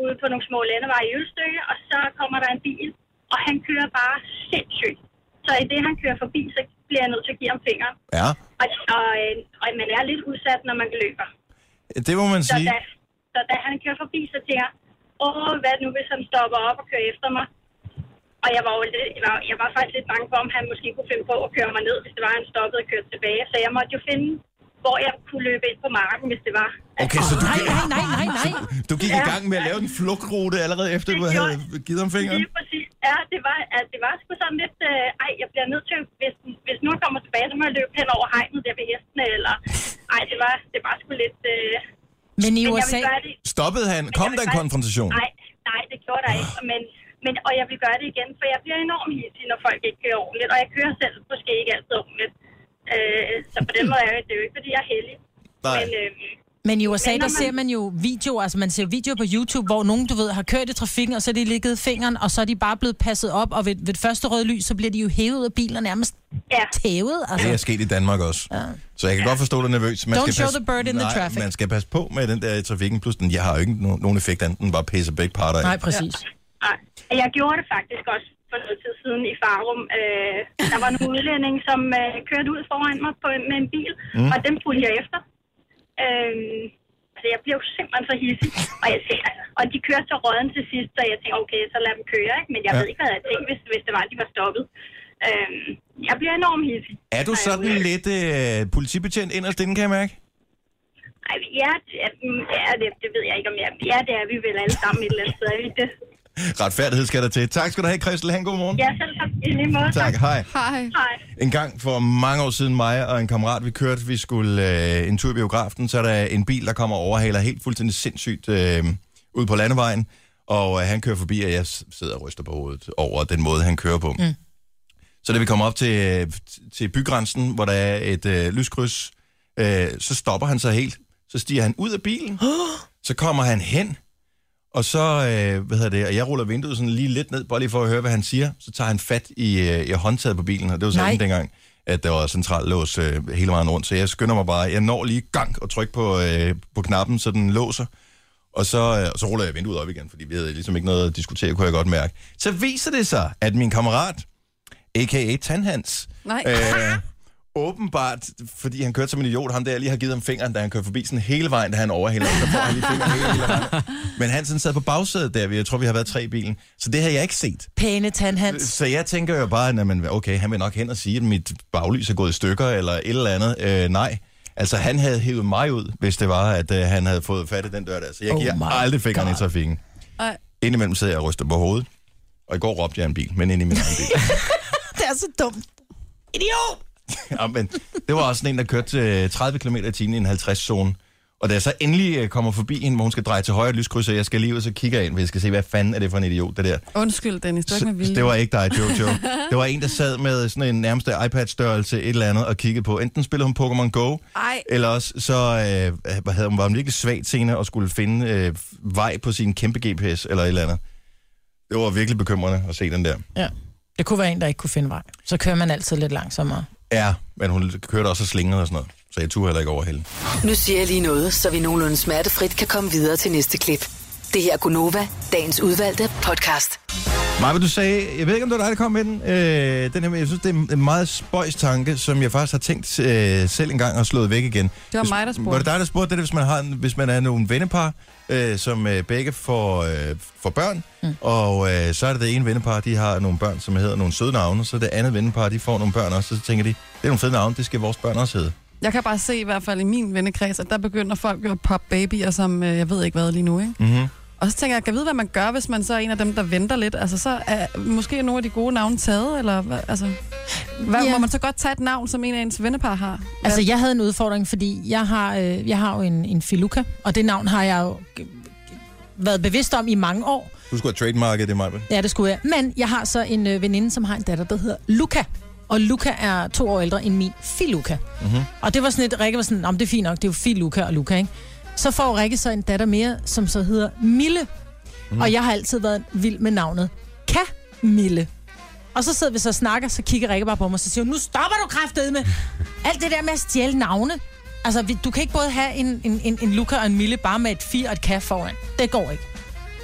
Speaker 7: ude på nogle små landeveje i Ølstykke, og så kommer der en bil, og han kører bare sindssygt. Så i det, han kører forbi, så bliver jeg nødt til at give ham fingeren.
Speaker 1: Ja.
Speaker 7: Og, og, øh, og man er lidt udsat, når man løber.
Speaker 1: Det må man
Speaker 7: Så
Speaker 1: sige.
Speaker 7: da, så da han kører forbi, så tænker jeg, åh, hvad nu, hvis han stopper op og kører efter mig? Og jeg var, jo lidt, jeg, var, jeg var faktisk lidt bange for, om han måske kunne finde på at køre mig ned, hvis det var, han stoppede og kørte tilbage. Så jeg måtte jo finde, hvor jeg kunne løbe ind på marken, hvis det var. Altså,
Speaker 1: Okay, så du,
Speaker 3: Nej,
Speaker 1: gik-
Speaker 3: nej, nej, nej, nej.
Speaker 1: du gik i gang med at lave en flugtrute allerede efter, du havde givet ham fingeren?
Speaker 7: Lige præcis. Ja, det var, altså, det var sgu sådan lidt, øh, ej, jeg bliver nødt til, hvis, hvis nu han kommer tilbage, så må jeg løbe hen over hegnet der ved hestene, eller... Ej, det var, det var sgu lidt... Øh,
Speaker 3: Men i
Speaker 7: men jeg
Speaker 3: USA...
Speaker 7: vil gøre det,
Speaker 1: Stoppede han? Kom der en konfrontation?
Speaker 7: Nej, nej, det gjorde der ikke. Men, men, og jeg vil gøre det igen, for jeg bliver enormt hissig, når folk ikke kører ordentligt. Og jeg kører selv måske ikke altid ordentligt. Øh, så på den måde er det jo ikke, fordi jeg er heldig.
Speaker 1: Nej.
Speaker 7: Men, øh,
Speaker 3: Men i USA, der
Speaker 7: Men når man-
Speaker 3: ser man jo videoer, altså man ser videoer på YouTube, hvor nogen, du ved, har kørt i trafikken, og så er de ligget fingeren, og så er de bare blevet passet op, og ved, ved det første røde lys, så bliver de jo hævet ud af bilen og nærmest
Speaker 7: ja,
Speaker 3: tævet. Altså.
Speaker 1: Det er sket i Danmark også. Ja. Så jeg kan godt forstå, at du er nervøs. Man
Speaker 3: Don't show the bird in the
Speaker 1: nej,
Speaker 3: traffic.
Speaker 1: man skal passe på med den der i trafikken. Plus, den, jeg har jo ikke no- nogen effekt andet end bare pisse begge parter af.
Speaker 3: Nej, præcis.
Speaker 7: nej. Jeg gjorde det faktisk også for noget tid siden i Farum. Øh, der var en udlænding, som øh, kørte ud foran mig på, en- med en bil, mm. og den fulgte jeg efter. Øh, altså, jeg blev simpelthen så hissig. Og, jeg tænkte, altså, og de kørte så råden til sidst, så jeg tænkte, okay, så lad dem køre. Ikke? Men jeg
Speaker 1: Ja.
Speaker 7: ja. ved ikke, hvad jeg tænkte, hvis, hvis det var, de var stoppet. Øh, jeg bliver enormt hissig.
Speaker 1: Er du sådan
Speaker 7: Ej,
Speaker 1: lidt øh, politibetjent inderst inden, kan jeg mærke?
Speaker 7: Ej, ja, ja, mm, ja det, det ved jeg ikke, om jeg Ja, det er vi vel alle sammen et eller andet sted. er vi ikke det?
Speaker 1: Retfærdighed skal der til. Tak skal du have, Christel. Ha' en god morgen.
Speaker 7: Ja, selv tak. I lige måde.
Speaker 1: Tak, hej.
Speaker 2: Hej.
Speaker 7: Hej.
Speaker 1: En gang for mange år siden, mig og en kammerat, vi kørte, vi skulle øh, en tur i biografen, så er der en bil, der kommer og overhaler helt fuldstændig sindssygt øh, ud på landevejen, og øh, han kører forbi, og jeg s- sidder og ryster på hovedet over den måde, han kører på. Mm. Så da vi kommer op til, øh, t- til bygrænsen, hvor der er et øh, lyskryds, øh, så stopper han sig helt, så stiger han ud af [gasps] bilen, så kommer han hen, og så, øh, hvad hedder det, og jeg ruller vinduet sådan lige lidt ned, bare lige for at høre, hvad han siger. Så tager han fat i, øh, i håndtaget på bilen, og det var
Speaker 3: Nej.
Speaker 1: sådan dengang, at der var centrallås øh, hele vejen rundt. Så jeg skynder mig bare, jeg når lige gang og tryk på, øh, på knappen, så den låser. Og så, øh, og så ruller jeg vinduet op igen, fordi vi havde ligesom ikke noget at diskutere, kunne jeg godt mærke. Så viser det sig, at min kammerat, a.k.a. Tandhans,
Speaker 2: Nej.
Speaker 1: øh, åbenbart, fordi han kørte som en idiot, ham der lige har givet ham fingeren, da han kørte forbi sådan hele vejen, da han overhælder, så får han lige fingeren hele, hele vejen. Men Hansen sad på bagsædet der, vi- jeg tror, vi har været tre i bilen, så det havde jeg ikke set.
Speaker 3: Pæne tandhands.
Speaker 1: Så jeg tænker jo bare, at okay, han vil nok hen og sige, at mit baglys er gået i stykker, eller et eller andet. Øh, nej, altså han havde hævet mig ud, hvis det var, at øh, han havde fået fat i den dør der. Så jeg
Speaker 3: Oh
Speaker 1: giver
Speaker 3: my
Speaker 1: aldrig fingeren i
Speaker 3: God.
Speaker 1: trafikken.
Speaker 2: Ej.
Speaker 1: Indimellem sidder jeg og ryster på hovedet,
Speaker 3: [laughs]
Speaker 1: og i går råbte jeg en bil, men ind i min egen bil.
Speaker 3: Det er så dumt. Idiot!
Speaker 1: ja, men det var også sådan en, der kørte til 30 km i timen i en 50-zone. Og da jeg så endelig øh, kommer forbi hende, hvor hun skal dreje til højre et lyskryds, og jeg skal lige ud, så kigger jeg ind, for jeg skal se, hvad fanden er det for en idiot, det der.
Speaker 2: Undskyld, Dennis, det var ikke
Speaker 1: Så
Speaker 2: med vilje.
Speaker 1: det var ikke dig, Jojo. Det var en, der sad med sådan en nærmeste iPad-størrelse, et eller andet, og kiggede på. Enten spillede hun Pokémon Go,
Speaker 2: Ej.
Speaker 1: eller også så øh, hvad havde hun, var hun virkelig svag senere og skulle finde øh, vej på sin kæmpe GPS eller et eller andet. Det var virkelig bekymrende at se den der.
Speaker 3: Ja. Det kunne være en, der ikke kunne finde vej. Så kører man altid lidt langsommere.
Speaker 1: Ja, men hun kørte også og slingede og sådan noget, så jeg turde heller ikke overhælde.
Speaker 5: Nu siger jeg lige noget, så vi nogenlunde smertefrit kan komme videre til næste klip. Det her er Gunova, dagens udvalgte podcast.
Speaker 1: Maja, du sagde, jeg ved ikke, om det var dig, der kom med den, øh, den her, men jeg synes, det er en meget spøjs tanke, som jeg faktisk har tænkt øh, selv en gang og slået væk igen.
Speaker 2: var
Speaker 1: hvis,
Speaker 2: mig, der spurgte.
Speaker 1: Var det dig, der spurgte det, hvis man, har, en- hvis man er nogle vennepar, øh, som øh, begge får, øh, får børn, mm. og øh, så er det det ene vennepar, de har nogle børn, som hedder nogle søde navne, og så det andet vennepar, de får nogle børn også, og så tænker de, det er nogle fede navne, det skal vores børn også hedde.
Speaker 2: Jeg kan bare se i hvert fald i min vennekreds, at der begynder folk jo at poppe babyer, som øh, jeg ved ikke hvad lige nu, ikke?
Speaker 1: Mm-hmm.
Speaker 2: Og så tænker jeg, kan jeg vide, hvad man gør, hvis man så er en af dem, der venter lidt? Altså, så er måske nogle af de gode navne taget, eller hvad, altså... Hvad,
Speaker 3: Ja.
Speaker 2: yeah. Må man så godt tage et navn, som en af ens vennepar har? Hvad-
Speaker 3: Altså, jeg havde en udfordring, fordi jeg har, øh, jeg har jo en, en filuka, og det navn har jeg jo g- g- været bevidst om i mange år.
Speaker 1: Du skulle have trademarket det, Maja.
Speaker 3: Ja, det skulle jeg. Men jeg har så en øh, veninde, som har en datter, der hedder Luca. Og Luca er to år ældre end min Filuka.
Speaker 1: Mm-hmm.
Speaker 3: Og det var sådan et, Rikke var sådan, om det er fint nok, det er jo Filuka og Luca, ikke? Så får Rikke så en datter mere, som så hedder Mille.
Speaker 1: Mhm.
Speaker 3: Mm. Og jeg har altid været vild med navnet Camille. Og så sidder vi så og snakker, så kigger Rikke bare på mig, og så siger hun, nu stopper du kraftedet med alt det der med at stjæle navne. Altså, vi- du kan ikke både have en, en, en, en Luca og en Mille bare med et fi og et ka foran. Det går ikke.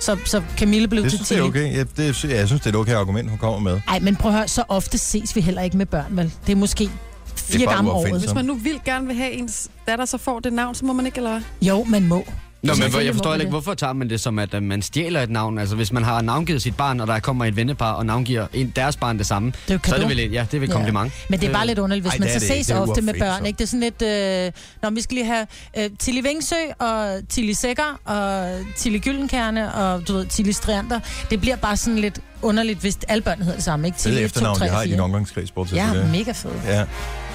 Speaker 3: Så, så Camille blev
Speaker 1: Det
Speaker 3: til
Speaker 1: synes jeg
Speaker 3: Tilly.
Speaker 1: er okay. Jeg, det, jeg synes, det er et okay argument, hun kommer med.
Speaker 3: Ej, men prøv at høre, så ofte ses vi heller ikke med børn, vel? Det er måske fire
Speaker 1: bare
Speaker 3: gange om året.
Speaker 2: Hvis man nu vil gerne vil have ens datter, så får det navn, så må man ikke, eller hvad?
Speaker 3: Jo, man må.
Speaker 4: Nå, men hvor-
Speaker 3: Selvfølgelig
Speaker 4: jeg
Speaker 3: må
Speaker 4: forstår
Speaker 3: man
Speaker 4: heller ikke,
Speaker 3: det.
Speaker 4: hvorfor tager man det som, at øh, man stjæler et navn? Altså, hvis man har navngivet sit barn, og der kommer et vennepar og navngiver en, deres barn det samme,
Speaker 3: jo
Speaker 4: så er det
Speaker 3: cadeau.
Speaker 4: vel et, ja, det er vel et
Speaker 3: Ja.
Speaker 4: kompliment.
Speaker 3: Men det er bare lidt underligt, hvis
Speaker 1: Ej,
Speaker 3: man
Speaker 1: det er
Speaker 3: så
Speaker 1: det ikke.
Speaker 3: ses
Speaker 1: Det er
Speaker 3: ofte med børn,
Speaker 1: uopfindsomt.
Speaker 3: ikke? Det er sådan lidt, øh, når vi skal lige have øh, Tilly Vengsø og Tilly Sækker og Tilly Gyldenkerne og du ved, Tilly Striander. Det bliver bare sådan lidt underligt, hvis alle børn hedder det samme, ikke?
Speaker 1: Det
Speaker 3: Tilly
Speaker 1: er
Speaker 3: 2,
Speaker 1: efternavn,
Speaker 3: 3
Speaker 1: de har
Speaker 3: og
Speaker 1: i
Speaker 3: 4.
Speaker 1: din omgangskreds, bortset fra
Speaker 3: Ja,
Speaker 1: det.
Speaker 3: mega fed.
Speaker 1: Ja.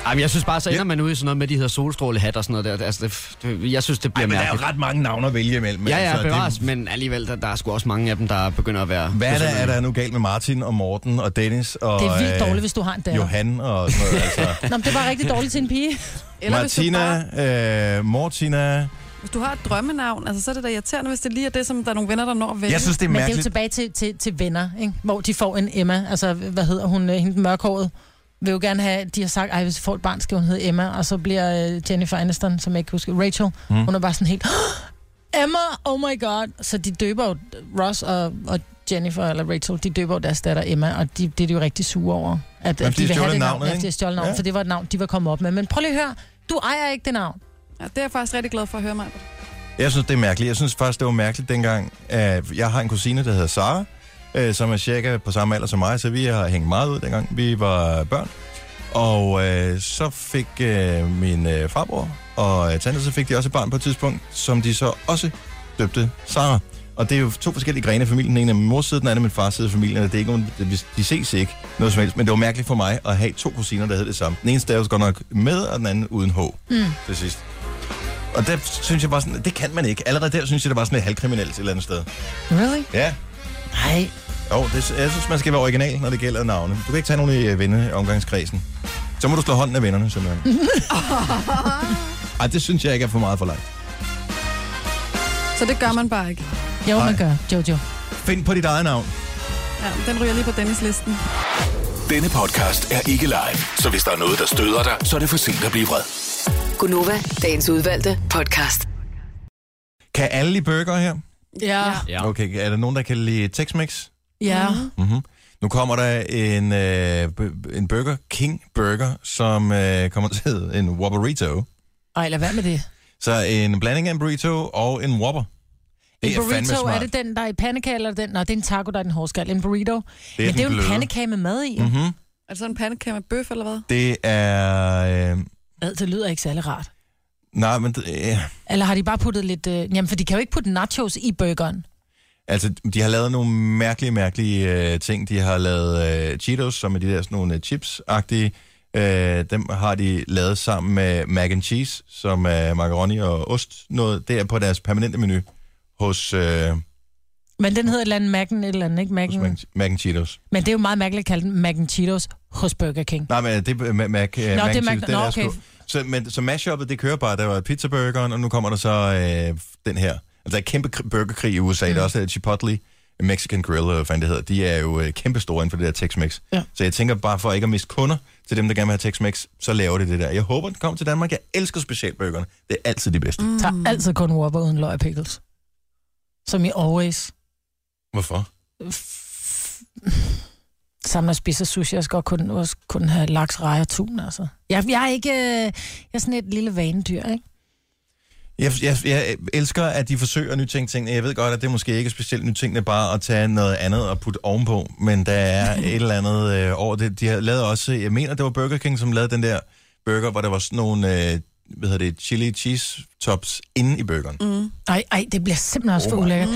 Speaker 4: Ej, men jeg synes bare, så ender man ud i sådan noget med, de hedder solstrålehat og sådan noget der. Altså, det, f- jeg synes, det
Speaker 1: Ej,
Speaker 4: bliver
Speaker 1: men der er
Speaker 4: mærkeligt.
Speaker 1: jo ret mange navne at vælge imellem.
Speaker 4: Ja, ja,
Speaker 1: altså, det-
Speaker 4: bevares, men alligevel, der, der er sgu også mange af dem, der begynder at være...
Speaker 1: Hvad er der, er der nu galt med Martin og Morten og Dennis og...
Speaker 3: Det er vildt
Speaker 1: øh,
Speaker 3: dårligt, hvis du har en datter.
Speaker 1: Johan og sådan noget, altså.
Speaker 3: Nå, men det var rigtig dårligt til en pige.
Speaker 2: Eller Hvis, du bare,
Speaker 1: Martina, øh, Mortina...
Speaker 2: hvis du har et drømmenavn, altså, så er det da irriterende, hvis det lige er det, som der er nogle venner, der når at vælge.
Speaker 1: Jeg synes, Øh, det er
Speaker 3: Men det er jo
Speaker 1: mærkeligt.
Speaker 3: tilbage til, til, til venner, ikke? hvor de får en Emma. Altså, hvad hedder hun? øh, Hende den mørkhåret vil jo gerne have, de har sagt, ej, hvis jeg får et barn, skal hun hedde Emma. Og så bliver øh, Jennifer Aniston, som jeg ikke husker, Rachel, mm. hun er bare sådan helt, "Åh, Emma, oh my god. Så de døber jo Ross og, og Jennifer, eller Rachel, de døber jo deres datter Emma, og de, det er de jo rigtig sure over, at,
Speaker 1: fordi
Speaker 3: at
Speaker 1: de
Speaker 3: de vil
Speaker 1: stjålet
Speaker 3: have det navn,
Speaker 1: navnet, ikke?
Speaker 3: ja, fordi de har stjålet navn,
Speaker 1: Ja.
Speaker 3: for det var et navn, de var kommet op med. Men prøv lige at høre, du ejer ikke det navn.
Speaker 2: Ja, det er jeg faktisk rigtig glad for at høre mig.
Speaker 1: Jeg synes, det er mærkeligt. Jeg synes faktisk, det var mærkeligt dengang, at jeg har en kusine, der hedder Sara, øh, som er cirka på samme alder som mig, så vi har hængt meget ud, dengang vi var børn. Og øh, så fik øh, min øh, farbror og øh, tante, så fik de også et barn på et tidspunkt, som de så også døbte Sara. Og det er jo to forskellige grene af familien. En er min mors side, den anden er min fars side af familien. Og det er ikke nogen, det- de ses ikke noget som helst. Men det var mærkeligt for mig at have to kusiner, der hed det samme. Den ene staves godt nok med, og den anden uden H mm. til sidst. Og der synes jeg bare sådan, det kan man ikke. Allerede der synes jeg, det var sådan lidt halvkriminelt et eller andet sted.
Speaker 3: Really?
Speaker 1: Ja.
Speaker 3: Nej.
Speaker 1: Jo, det, jeg synes, man skal være original, når det gælder navne. Du kan ikke tage nogen i øh, venneomgangskredsen. Så må du slå hånden af vennerne, simpelthen.
Speaker 3: [laughs]
Speaker 1: Ej, det synes jeg ikke er for meget for langt.
Speaker 2: Så det gør man bare ikke.
Speaker 3: Jo,
Speaker 1: Nej.
Speaker 3: man gør, Jojo.
Speaker 1: Find på dit eget navn.
Speaker 2: Ja, den ryger lige på Dennis-listen.
Speaker 6: Denne podcast er ikke live, så hvis der er noget, der støder dig, så er det for sent at blive vred.
Speaker 5: Gunova, dagens udvalgte podcast.
Speaker 1: Kan alle lide burger her?
Speaker 2: Ja.
Speaker 4: Ja.
Speaker 1: Okay, er der nogen, der kan lide Tex-Mex?
Speaker 2: Ja.
Speaker 1: Mm-hmm. Nu kommer der en, øh, b- en Burger King burger, som øh, kommer til at hedde en Whopperito.
Speaker 3: Ej, lad være med det.
Speaker 1: Så en blanding af en burrito og en Whopper. Det er
Speaker 3: en
Speaker 1: fandme
Speaker 3: burrito, er
Speaker 1: smart.
Speaker 3: det den, der er i pandekage, eller er det den? Nå, det er en taco, der er den hårdskal. En burrito. Det er Men det
Speaker 1: den
Speaker 3: er jo
Speaker 1: bløde.
Speaker 3: en pandekage med mad i. Mm.
Speaker 1: Mm-hmm.
Speaker 2: Er det sådan en pandekage med bøf, eller hvad?
Speaker 1: Det er... Øh,
Speaker 3: Ad, det lyder ikke særlig rart.
Speaker 1: nej, men... Det, øh,
Speaker 3: Eller har de bare puttet lidt... Øh... Jamen, for de kan jo ikke putte nachos i burgeren.
Speaker 1: altså, de har lavet nogle mærkelige, mærkelige øh, ting. De har lavet øh, Cheetos, som er de der sådan nogle øh, chips-agtige. Øh, dem har de lavet sammen med mac and cheese, som er macaroni og ost. Noget, det er på deres permanente menu hos øh,
Speaker 3: Men den hedder et eller andet Mac'en, et eller andet, ikke Mac'en?
Speaker 1: mac and Cheetos.
Speaker 3: Men det er jo meget mærkeligt at kalde den Mac and Cheetos hos Burger King.
Speaker 1: Nej, men det er mac, mac, Nå,
Speaker 3: det er
Speaker 1: mac, and
Speaker 3: Mac-
Speaker 1: Cheetos, den
Speaker 3: Nå,
Speaker 1: er
Speaker 3: okay.
Speaker 1: sgu- Så, men, så mashuppet, det kører bare. Der var pizzaburgeren, og nu kommer der så øh, den her. Altså, der er kæmpe kr- burgerkrig i USA. Mm. Der er også øh, Chipotle, Mexican Grill, eller hvad fanden det hedder. De er jo øh, kæmpe store inden for det der Tex-Mex.
Speaker 3: Ja.
Speaker 1: Så jeg tænker bare, for ikke at miste kunder til dem, der gerne vil have Tex-Mex, så laver de det der. Jeg håber, den kommer til Danmark. Jeg elsker specialburgerne. Det er altid de bedste. Mm.
Speaker 3: Mm. Tager altid kun Whopper uden løg og pickles. Som i always.
Speaker 1: Hvorfor?
Speaker 3: Sammen og spiser sushi, jeg skal godt kun, også kun have laks, rejer og tun, altså. Jeg, jeg er ikke... øh, Jeg er sådan et lille vanedyr, ikke?
Speaker 1: Jeg, jeg, jeg elsker, at de forsøger at nytænke tingene. Jeg ved godt, at det måske ikke er specielt nytænkende bare at tage noget andet og putte ovenpå, men der er
Speaker 3: [laughs]
Speaker 1: et eller andet øh, over det. De har lavet også, jeg mener, det var Burger King, som lavede den der burger, hvor der var sådan nogle, øh, hvad hedder det, chili cheese tops inde i burgeren. Mm.
Speaker 3: Ej, ej, det bliver simpelthen også
Speaker 1: Oh
Speaker 3: oh
Speaker 1: my
Speaker 3: for ulækkert.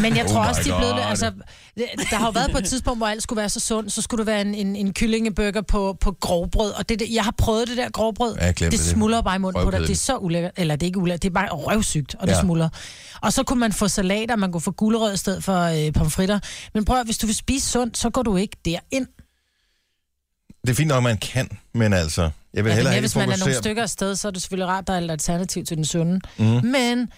Speaker 3: Men jeg
Speaker 1: Oh
Speaker 3: tror
Speaker 1: my
Speaker 3: også, de er blevet
Speaker 1: God.
Speaker 3: det. Altså, det- der har jo været på et tidspunkt, hvor alt skulle være så sundt, så skulle det være en, en, en kyllingeburger på, på grovbrød. Og det, det, jeg har prøvet det der grovbrød.
Speaker 1: Ja, jeg glemte
Speaker 3: det
Speaker 1: det.
Speaker 3: smuldrer bare i munden på dig. Det er
Speaker 1: Røvkedeligt.
Speaker 3: så ulækkert. Eller det er ikke ulækkert, det er bare røvsygt, og det
Speaker 1: Ja.
Speaker 3: ja. smuldrer. Og så kunne man få salater, man kunne få gulerød i stedet for øh, pomfritter. Men prøv at, hvis du vil spise sundt, så går du ikke derind.
Speaker 1: Det er fint nok, man kan, men altså, jeg vil
Speaker 3: Ja, det er
Speaker 1: heller
Speaker 3: mere,
Speaker 1: ikke
Speaker 3: hvis man er nogle
Speaker 1: fokusere...
Speaker 3: stykker afsted, så er det selvfølgelig rart, der er et alternativ til den sunde.
Speaker 1: Mhm.
Speaker 3: Mm. Men,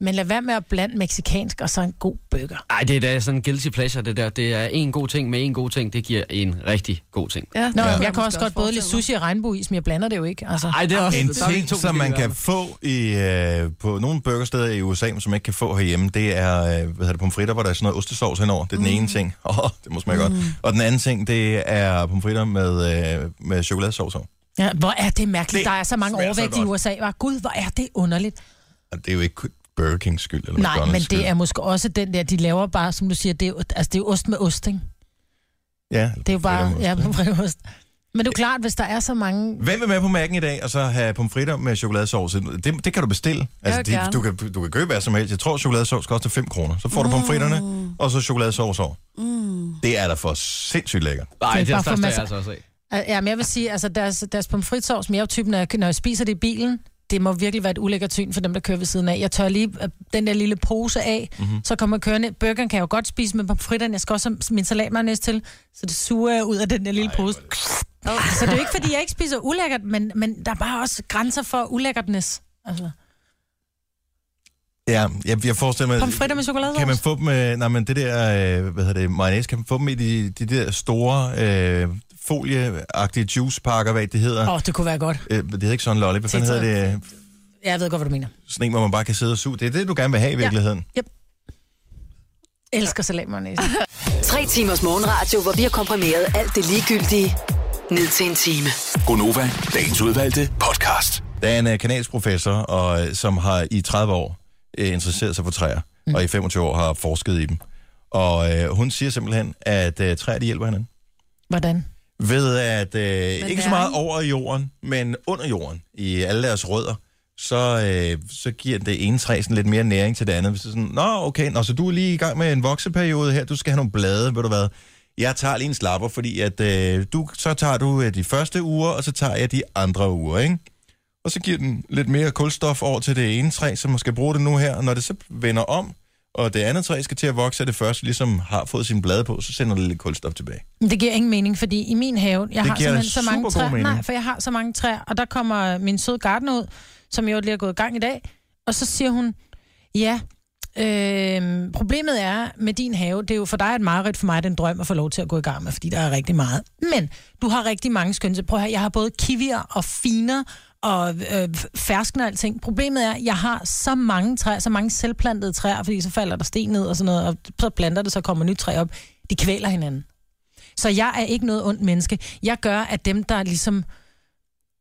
Speaker 3: men lad være med at blande meksikansk og så en god burger.
Speaker 4: Ej, det er da sådan en guilty pleasure, det der. Det er en god ting med en god ting. Det giver en rigtig god ting.
Speaker 2: Ja,
Speaker 3: Nå,
Speaker 2: det
Speaker 3: ja.
Speaker 2: jeg
Speaker 3: jeg
Speaker 2: måske
Speaker 3: kan også godt både lidt
Speaker 2: forestille
Speaker 3: sushi og regnbueis, men jeg blander det jo ikke. Altså.
Speaker 4: Ej, det er også...
Speaker 1: En
Speaker 4: der er vi
Speaker 1: ting,
Speaker 4: to
Speaker 1: som man
Speaker 4: forskellige
Speaker 1: kan få i, øh, på nogle burgersteder i USA, men som man ikke kan få herhjemme, det er øh, hvad hedder det, pomfritter, hvor der er sådan noget ostesovs henover. Det er den
Speaker 4: Mm.
Speaker 1: ene ting. Åh, [laughs] oh, det må smage mm. godt. Og den anden ting, det er pomfritter med, øh, med chokoladesovs over.
Speaker 3: Ja, hvor er det mærkeligt.
Speaker 1: Det
Speaker 3: Det der er så mange
Speaker 1: smager så
Speaker 3: overvægt i
Speaker 1: godt.
Speaker 3: USA. Var. Gud, hvor er det underligt.
Speaker 1: Og det er jo ikke kun Burger Kings skyld, eller
Speaker 3: Nej,
Speaker 1: McDonald's
Speaker 3: men
Speaker 1: skyld.
Speaker 3: det er måske også den der, de laver bare, som du siger, det er, jo- altså, det er jo ost med ost, ikke?
Speaker 1: Ja,
Speaker 3: Det er jo bare, ja, [laughs]
Speaker 1: pomfritter med ost.
Speaker 3: ost. Men det er jo klart, hvis der er så mange...
Speaker 1: Hvem vil med på mærken i dag, og så have pomfritter med chokoladesovs? Det, det kan du bestille. Altså,
Speaker 2: vil
Speaker 1: det,
Speaker 2: gerne.
Speaker 1: du, kan, du kan købe hvad som helst. Jeg tror, chokoladesovs koster 5 kroner. Så får du pomfritterne, og så chokoladesovs over. Mm. Det er da for sindssygt lækkert.
Speaker 4: Ej, det
Speaker 3: Det er
Speaker 4: er
Speaker 3: bare for
Speaker 4: største, jeg
Speaker 3: masser-
Speaker 4: altså også af.
Speaker 3: Ja, men jeg vil sige, altså deres, deres pomfritsovs, men jeg er jo typen, når jeg, når jeg spiser det i bilen, det må virkelig være et ulækkert syn for dem, der kører ved siden af. Jeg tør lige øh, den der lille pose af, mm-hmm.
Speaker 1: Mhm.
Speaker 3: så kommer jeg kørende. Burgeren kan jeg jo godt spise med pomfritterne. Jeg skal også have min salatmayonnaise til, så det suger jeg ud af den der lille pose. Så det er jo ikke, fordi jeg ikke spiser ulækkert, men, men der er bare også grænser for ulækkertness. Altså,
Speaker 1: Ja, jeg, jeg forestiller mig...
Speaker 3: pomfritter med chokolade
Speaker 1: Altså, Kan man få dem, øh, nej, men det der, øh, hvad hedder det, mayonnaise, kan man få dem i de, de der store øh, folieagtige juicepakker, hvad det hedder?
Speaker 3: Åh,
Speaker 1: Oh.
Speaker 3: oh, det kunne være godt.
Speaker 1: Øh, det hedder ikke sådan en lolly, hvad fanden
Speaker 3: Tetra-
Speaker 1: hedder det? øh,
Speaker 3: Jeg ved godt, hvad du mener.
Speaker 1: Sådan en, hvor man bare kan sidde og suge. Det er det, du gerne vil have i virkeligheden.
Speaker 3: Elsker
Speaker 1: [laughs]
Speaker 3: salatmayonnaise.
Speaker 5: Tre timers morgenradio, hvor vi har komprimeret alt det ligegyldige ned til en time.
Speaker 6: Gonova, dagens udvalgte podcast.
Speaker 1: Der er en øh, kanadisk professor, og, øh, som har i 30 år øh, interesseret sig for træer, mm. og i 25 år har forsket i dem. Og øh, hun siger simpelthen, at øh, træer de hjælper hinanden.
Speaker 3: Hvordan?
Speaker 1: Ved at, øh, ikke så meget
Speaker 2: næring?
Speaker 1: over i jorden, men under jorden, i alle deres rødder, så, øh, så giver det ene træ sådan lidt mere næring til det andet. Hvis det er sådan, Nå, okay, nå, så du er lige i gang med en vokseperiode her, du skal have nogle blade, ved du hvad. Jeg tager lige en slapper, fordi at, øh, du, så tager du øh, de første uger, og så tager jeg de andre uger, ikke? Og så giver den lidt mere kulstof over til det ene træ, som skal bruge det nu her. Og når det så vender om, og det andet træ skal til at vokse, og det første ligesom har fået sine blade på, så sender det lidt kulstof tilbage.
Speaker 3: Men Det giver ingen mening, fordi i min have, jeg
Speaker 1: Det
Speaker 3: har
Speaker 1: giver
Speaker 3: simpelthen så
Speaker 1: supergod
Speaker 3: mange træer.
Speaker 1: mening.
Speaker 3: Nej, for jeg har så mange træer, og der kommer min søde gardener ud, som jo lige har gået i gang i dag, og så siger hun, ja, øh, problemet er med din have, det er jo for dig et mareridt, for mig er det en drøm at få lov til at gå i gang med, fordi der er rigtig meget. Men du har rigtig mange skønne, så prøv at høre, jeg har både kiwier og finer og øh, fersken og alting. Problemet er, at jeg har så mange træer, så mange selvplantede træer, fordi så falder der sten ned og sådan noget, og så planter det, så kommer nyt træ op. De kvæler hinanden. Så jeg er ikke noget ondt menneske. Jeg gør, at dem, der ligesom...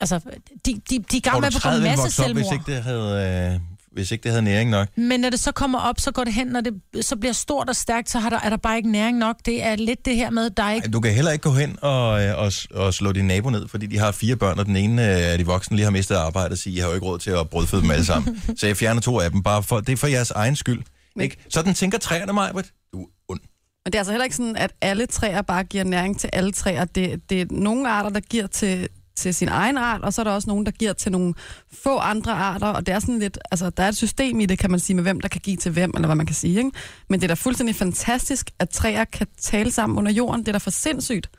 Speaker 3: Altså, de, de, de er i gang med at begå
Speaker 1: ville
Speaker 3: masse
Speaker 1: vokse op,
Speaker 3: selvmord.
Speaker 1: hvis ikke det havde... Øh, hvis ikke det havde næring nok.
Speaker 3: Men når det så kommer op, så går det hen, når det så bliver stort og stærkt, så har der, er der bare ikke næring nok. Det er lidt det her med, der er ikke...
Speaker 1: Du kan heller ikke gå hen og, øh, og, s- og slå din nabo ned, fordi de har fire børn, og den ene øh, af de voksne lige har mistet arbejdet og siger, jeg har jo ikke råd til at brødføde dem alle
Speaker 2: [laughs]
Speaker 1: sammen. Så jeg fjerner to af dem, bare for, det er for jeres egen skyld.
Speaker 2: Men-
Speaker 1: Ikke? Sådan tænker træerne, Majbert. Du er ond.
Speaker 2: Men det er altså heller ikke sådan, at alle træer bare giver næring til alle træer. Det, det er nogle arter, der giver til, til sin egen art, og så er der også nogen, der giver til nogle få andre arter, og det er sådan lidt, altså der er et system i det, kan man sige, med hvem der kan give til hvem, eller hvad man kan sige, ikke? Men det er da fuldstændig fantastisk, at træer kan tale sammen under jorden, det er da for sindssygt.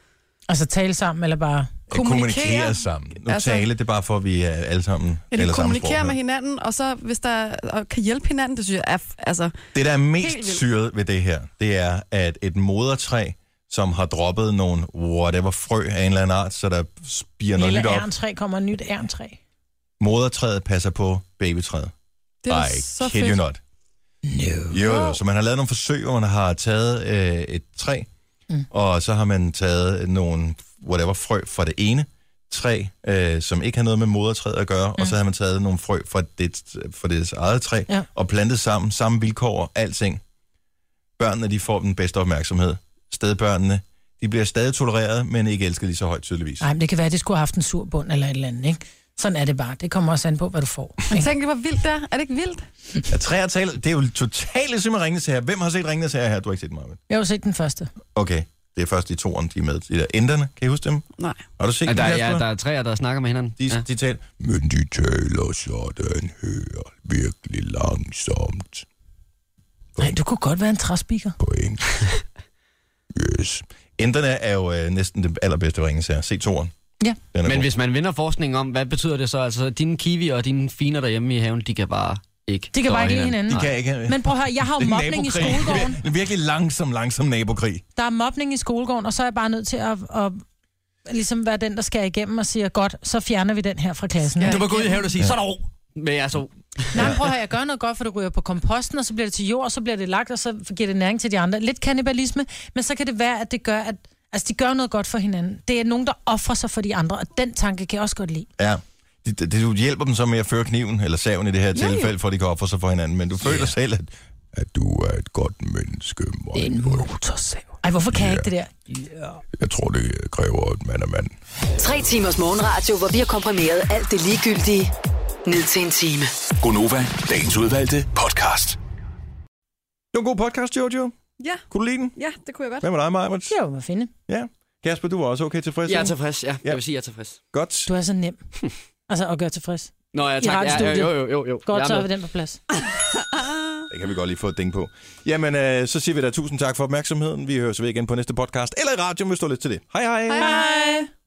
Speaker 3: Altså tale sammen, eller bare...
Speaker 1: kommunikere sammen. Nu altså,
Speaker 2: Altså-
Speaker 1: tale, det er bare for, at vi er alle sammen...
Speaker 2: Ja, de
Speaker 1: eller samme
Speaker 2: kommunikerer
Speaker 1: sprog.
Speaker 2: med hinanden, og så hvis der og kan hjælpe hinanden, det synes jeg er, f- altså,
Speaker 1: Det, der er
Speaker 2: Helt
Speaker 1: mest
Speaker 2: vildt.
Speaker 1: syret ved det her, det er, at et modertræ, som har droppet nogle whatever frø af en eller anden art, så der spiger noget
Speaker 3: Lille
Speaker 1: nyt op.
Speaker 3: ærntræ kommer nyt ærntræ.
Speaker 1: Modertræet passer på babytræet.
Speaker 3: Det er
Speaker 1: I
Speaker 3: så
Speaker 1: kid you
Speaker 3: fedt.
Speaker 1: not. No. Jo, jo, så man har lavet nogle forsøg, hvor man har taget øh, et træ, mm.
Speaker 3: Mm.
Speaker 1: og så har man taget nogle whatever frø fra det ene træ, øh, som ikke har noget med modertræet at gøre, mm. og så har man taget nogle frø fra det, fra det eget træ,
Speaker 3: Ja.
Speaker 1: og plantet sammen, samme vilkår og alting. Børnene, de får den bedste opmærksomhed. Stedbørnene, de bliver stadig tolereret, men ikke elsket lige så højt tydeligvis.
Speaker 3: Nej, men det kan være, at det skulle have haft en sur bund eller et eller andet, ikke? Sådan er det bare. Det kommer også an på, hvad du
Speaker 1: [laughs]
Speaker 3: får.
Speaker 2: men tænk, hvor vildt det er. Er det ikke vildt?
Speaker 1: Ja, træer taler, det er jo totalt ligesom at ringe til her. Hvem har set ringende her her? Du har ikke set mig,
Speaker 3: Jeg har jo set den første.
Speaker 1: Okay, det er først de toerne, de er med. De der enderne, kan I huske dem?
Speaker 2: Nej.
Speaker 1: Har du set
Speaker 4: Ja,
Speaker 1: dem,
Speaker 4: der, er- ja,
Speaker 1: Kasper?
Speaker 4: der er træer, der snakker med hinanden.
Speaker 1: De, ja. de taler, men de taler sådan her, virkelig langsomt.
Speaker 3: Nej, du kunne godt være en træspiker.
Speaker 1: Point.
Speaker 4: [laughs]
Speaker 1: yes. Enderne er jo øh, næsten det allerbedste ringelse her. Se toeren.
Speaker 3: Ja.
Speaker 1: Den er
Speaker 4: Men
Speaker 1: god.
Speaker 4: hvis man vinder forskningen om, hvad betyder det så? Altså, dine kiwi og dine finer derhjemme i haven, de kan bare ikke
Speaker 3: De kan
Speaker 4: stå
Speaker 3: bare ikke lide
Speaker 1: De
Speaker 3: hinanden.
Speaker 1: kan ikke have...
Speaker 3: Men prøv at høre, jeg har jo
Speaker 1: Det er
Speaker 3: mobning i
Speaker 1: nabokrig.
Speaker 3: skolegården.
Speaker 1: Vir- [laughs] Virkelig langsom, langsom nabokrig.
Speaker 3: Der er mobning i skolegården, og så er jeg bare nødt til at, at ligesom være den, der skærer igennem og siger, godt, så fjerner vi den her fra klassen.
Speaker 4: Du må gå ud i haven og sige, så er der ro med jeres ro.
Speaker 3: Nej, men prøv at høre, jeg gør noget godt, for det ryger på komposten, og så bliver det til jord, og så bliver det lagt, og så giver det næring til de andre. Lidt kannibalisme, men så kan det være, at det gør, at altså, de gør noget godt for hinanden. Det er nogen, der offrer sig for de andre, og den tanke kan jeg også godt lide.
Speaker 1: Ja. Det, det, du hjælper dem så med at føre kniven, eller saven i det her jo, tilfælde, for at de kan ofre sig for hinanden. Men du yeah. føler selv, at, at du er et godt menneske, Maja.
Speaker 3: En motorsav. Ej, hvorfor kan jeg ikke det der?
Speaker 1: Jeg tror, det kræver, at man er mand.
Speaker 5: Tre timers morgenradio, hvor vi har komprimeret alt det ligegyldige ned til en time.
Speaker 6: Gonova, dagens udvalgte podcast.
Speaker 1: Det var en god podcast, Jojo.
Speaker 2: Ja,
Speaker 1: Kunne du lide den?
Speaker 2: ja, det kunne jeg godt.
Speaker 1: Hvad med dig, Maja?
Speaker 3: Det er jo at finde.
Speaker 1: Ja. Kasper, du var også okay tilfreds?
Speaker 4: Jeg er
Speaker 1: ikke?
Speaker 4: tilfreds, ja. Jeg vil sige, jeg er tilfreds.
Speaker 1: Godt.
Speaker 3: Du er så
Speaker 4: [laughs]
Speaker 3: nem. Altså, at gøre tilfreds.
Speaker 4: Nå, ja,
Speaker 3: I
Speaker 4: tak. Ja,
Speaker 3: radiostudiet.
Speaker 4: jo, jo, jo, jo.
Speaker 3: Godt,
Speaker 4: Jeg
Speaker 3: så
Speaker 4: er
Speaker 3: er
Speaker 4: med.
Speaker 3: vi den på plads.
Speaker 1: Det kan vi godt lige få et ding på. Jamen, øh, så siger vi da tusind tak for opmærksomheden. Vi høres ved igen på næste podcast, eller i radioen, hvis du har lyst til det. Hej hej.
Speaker 2: Hej.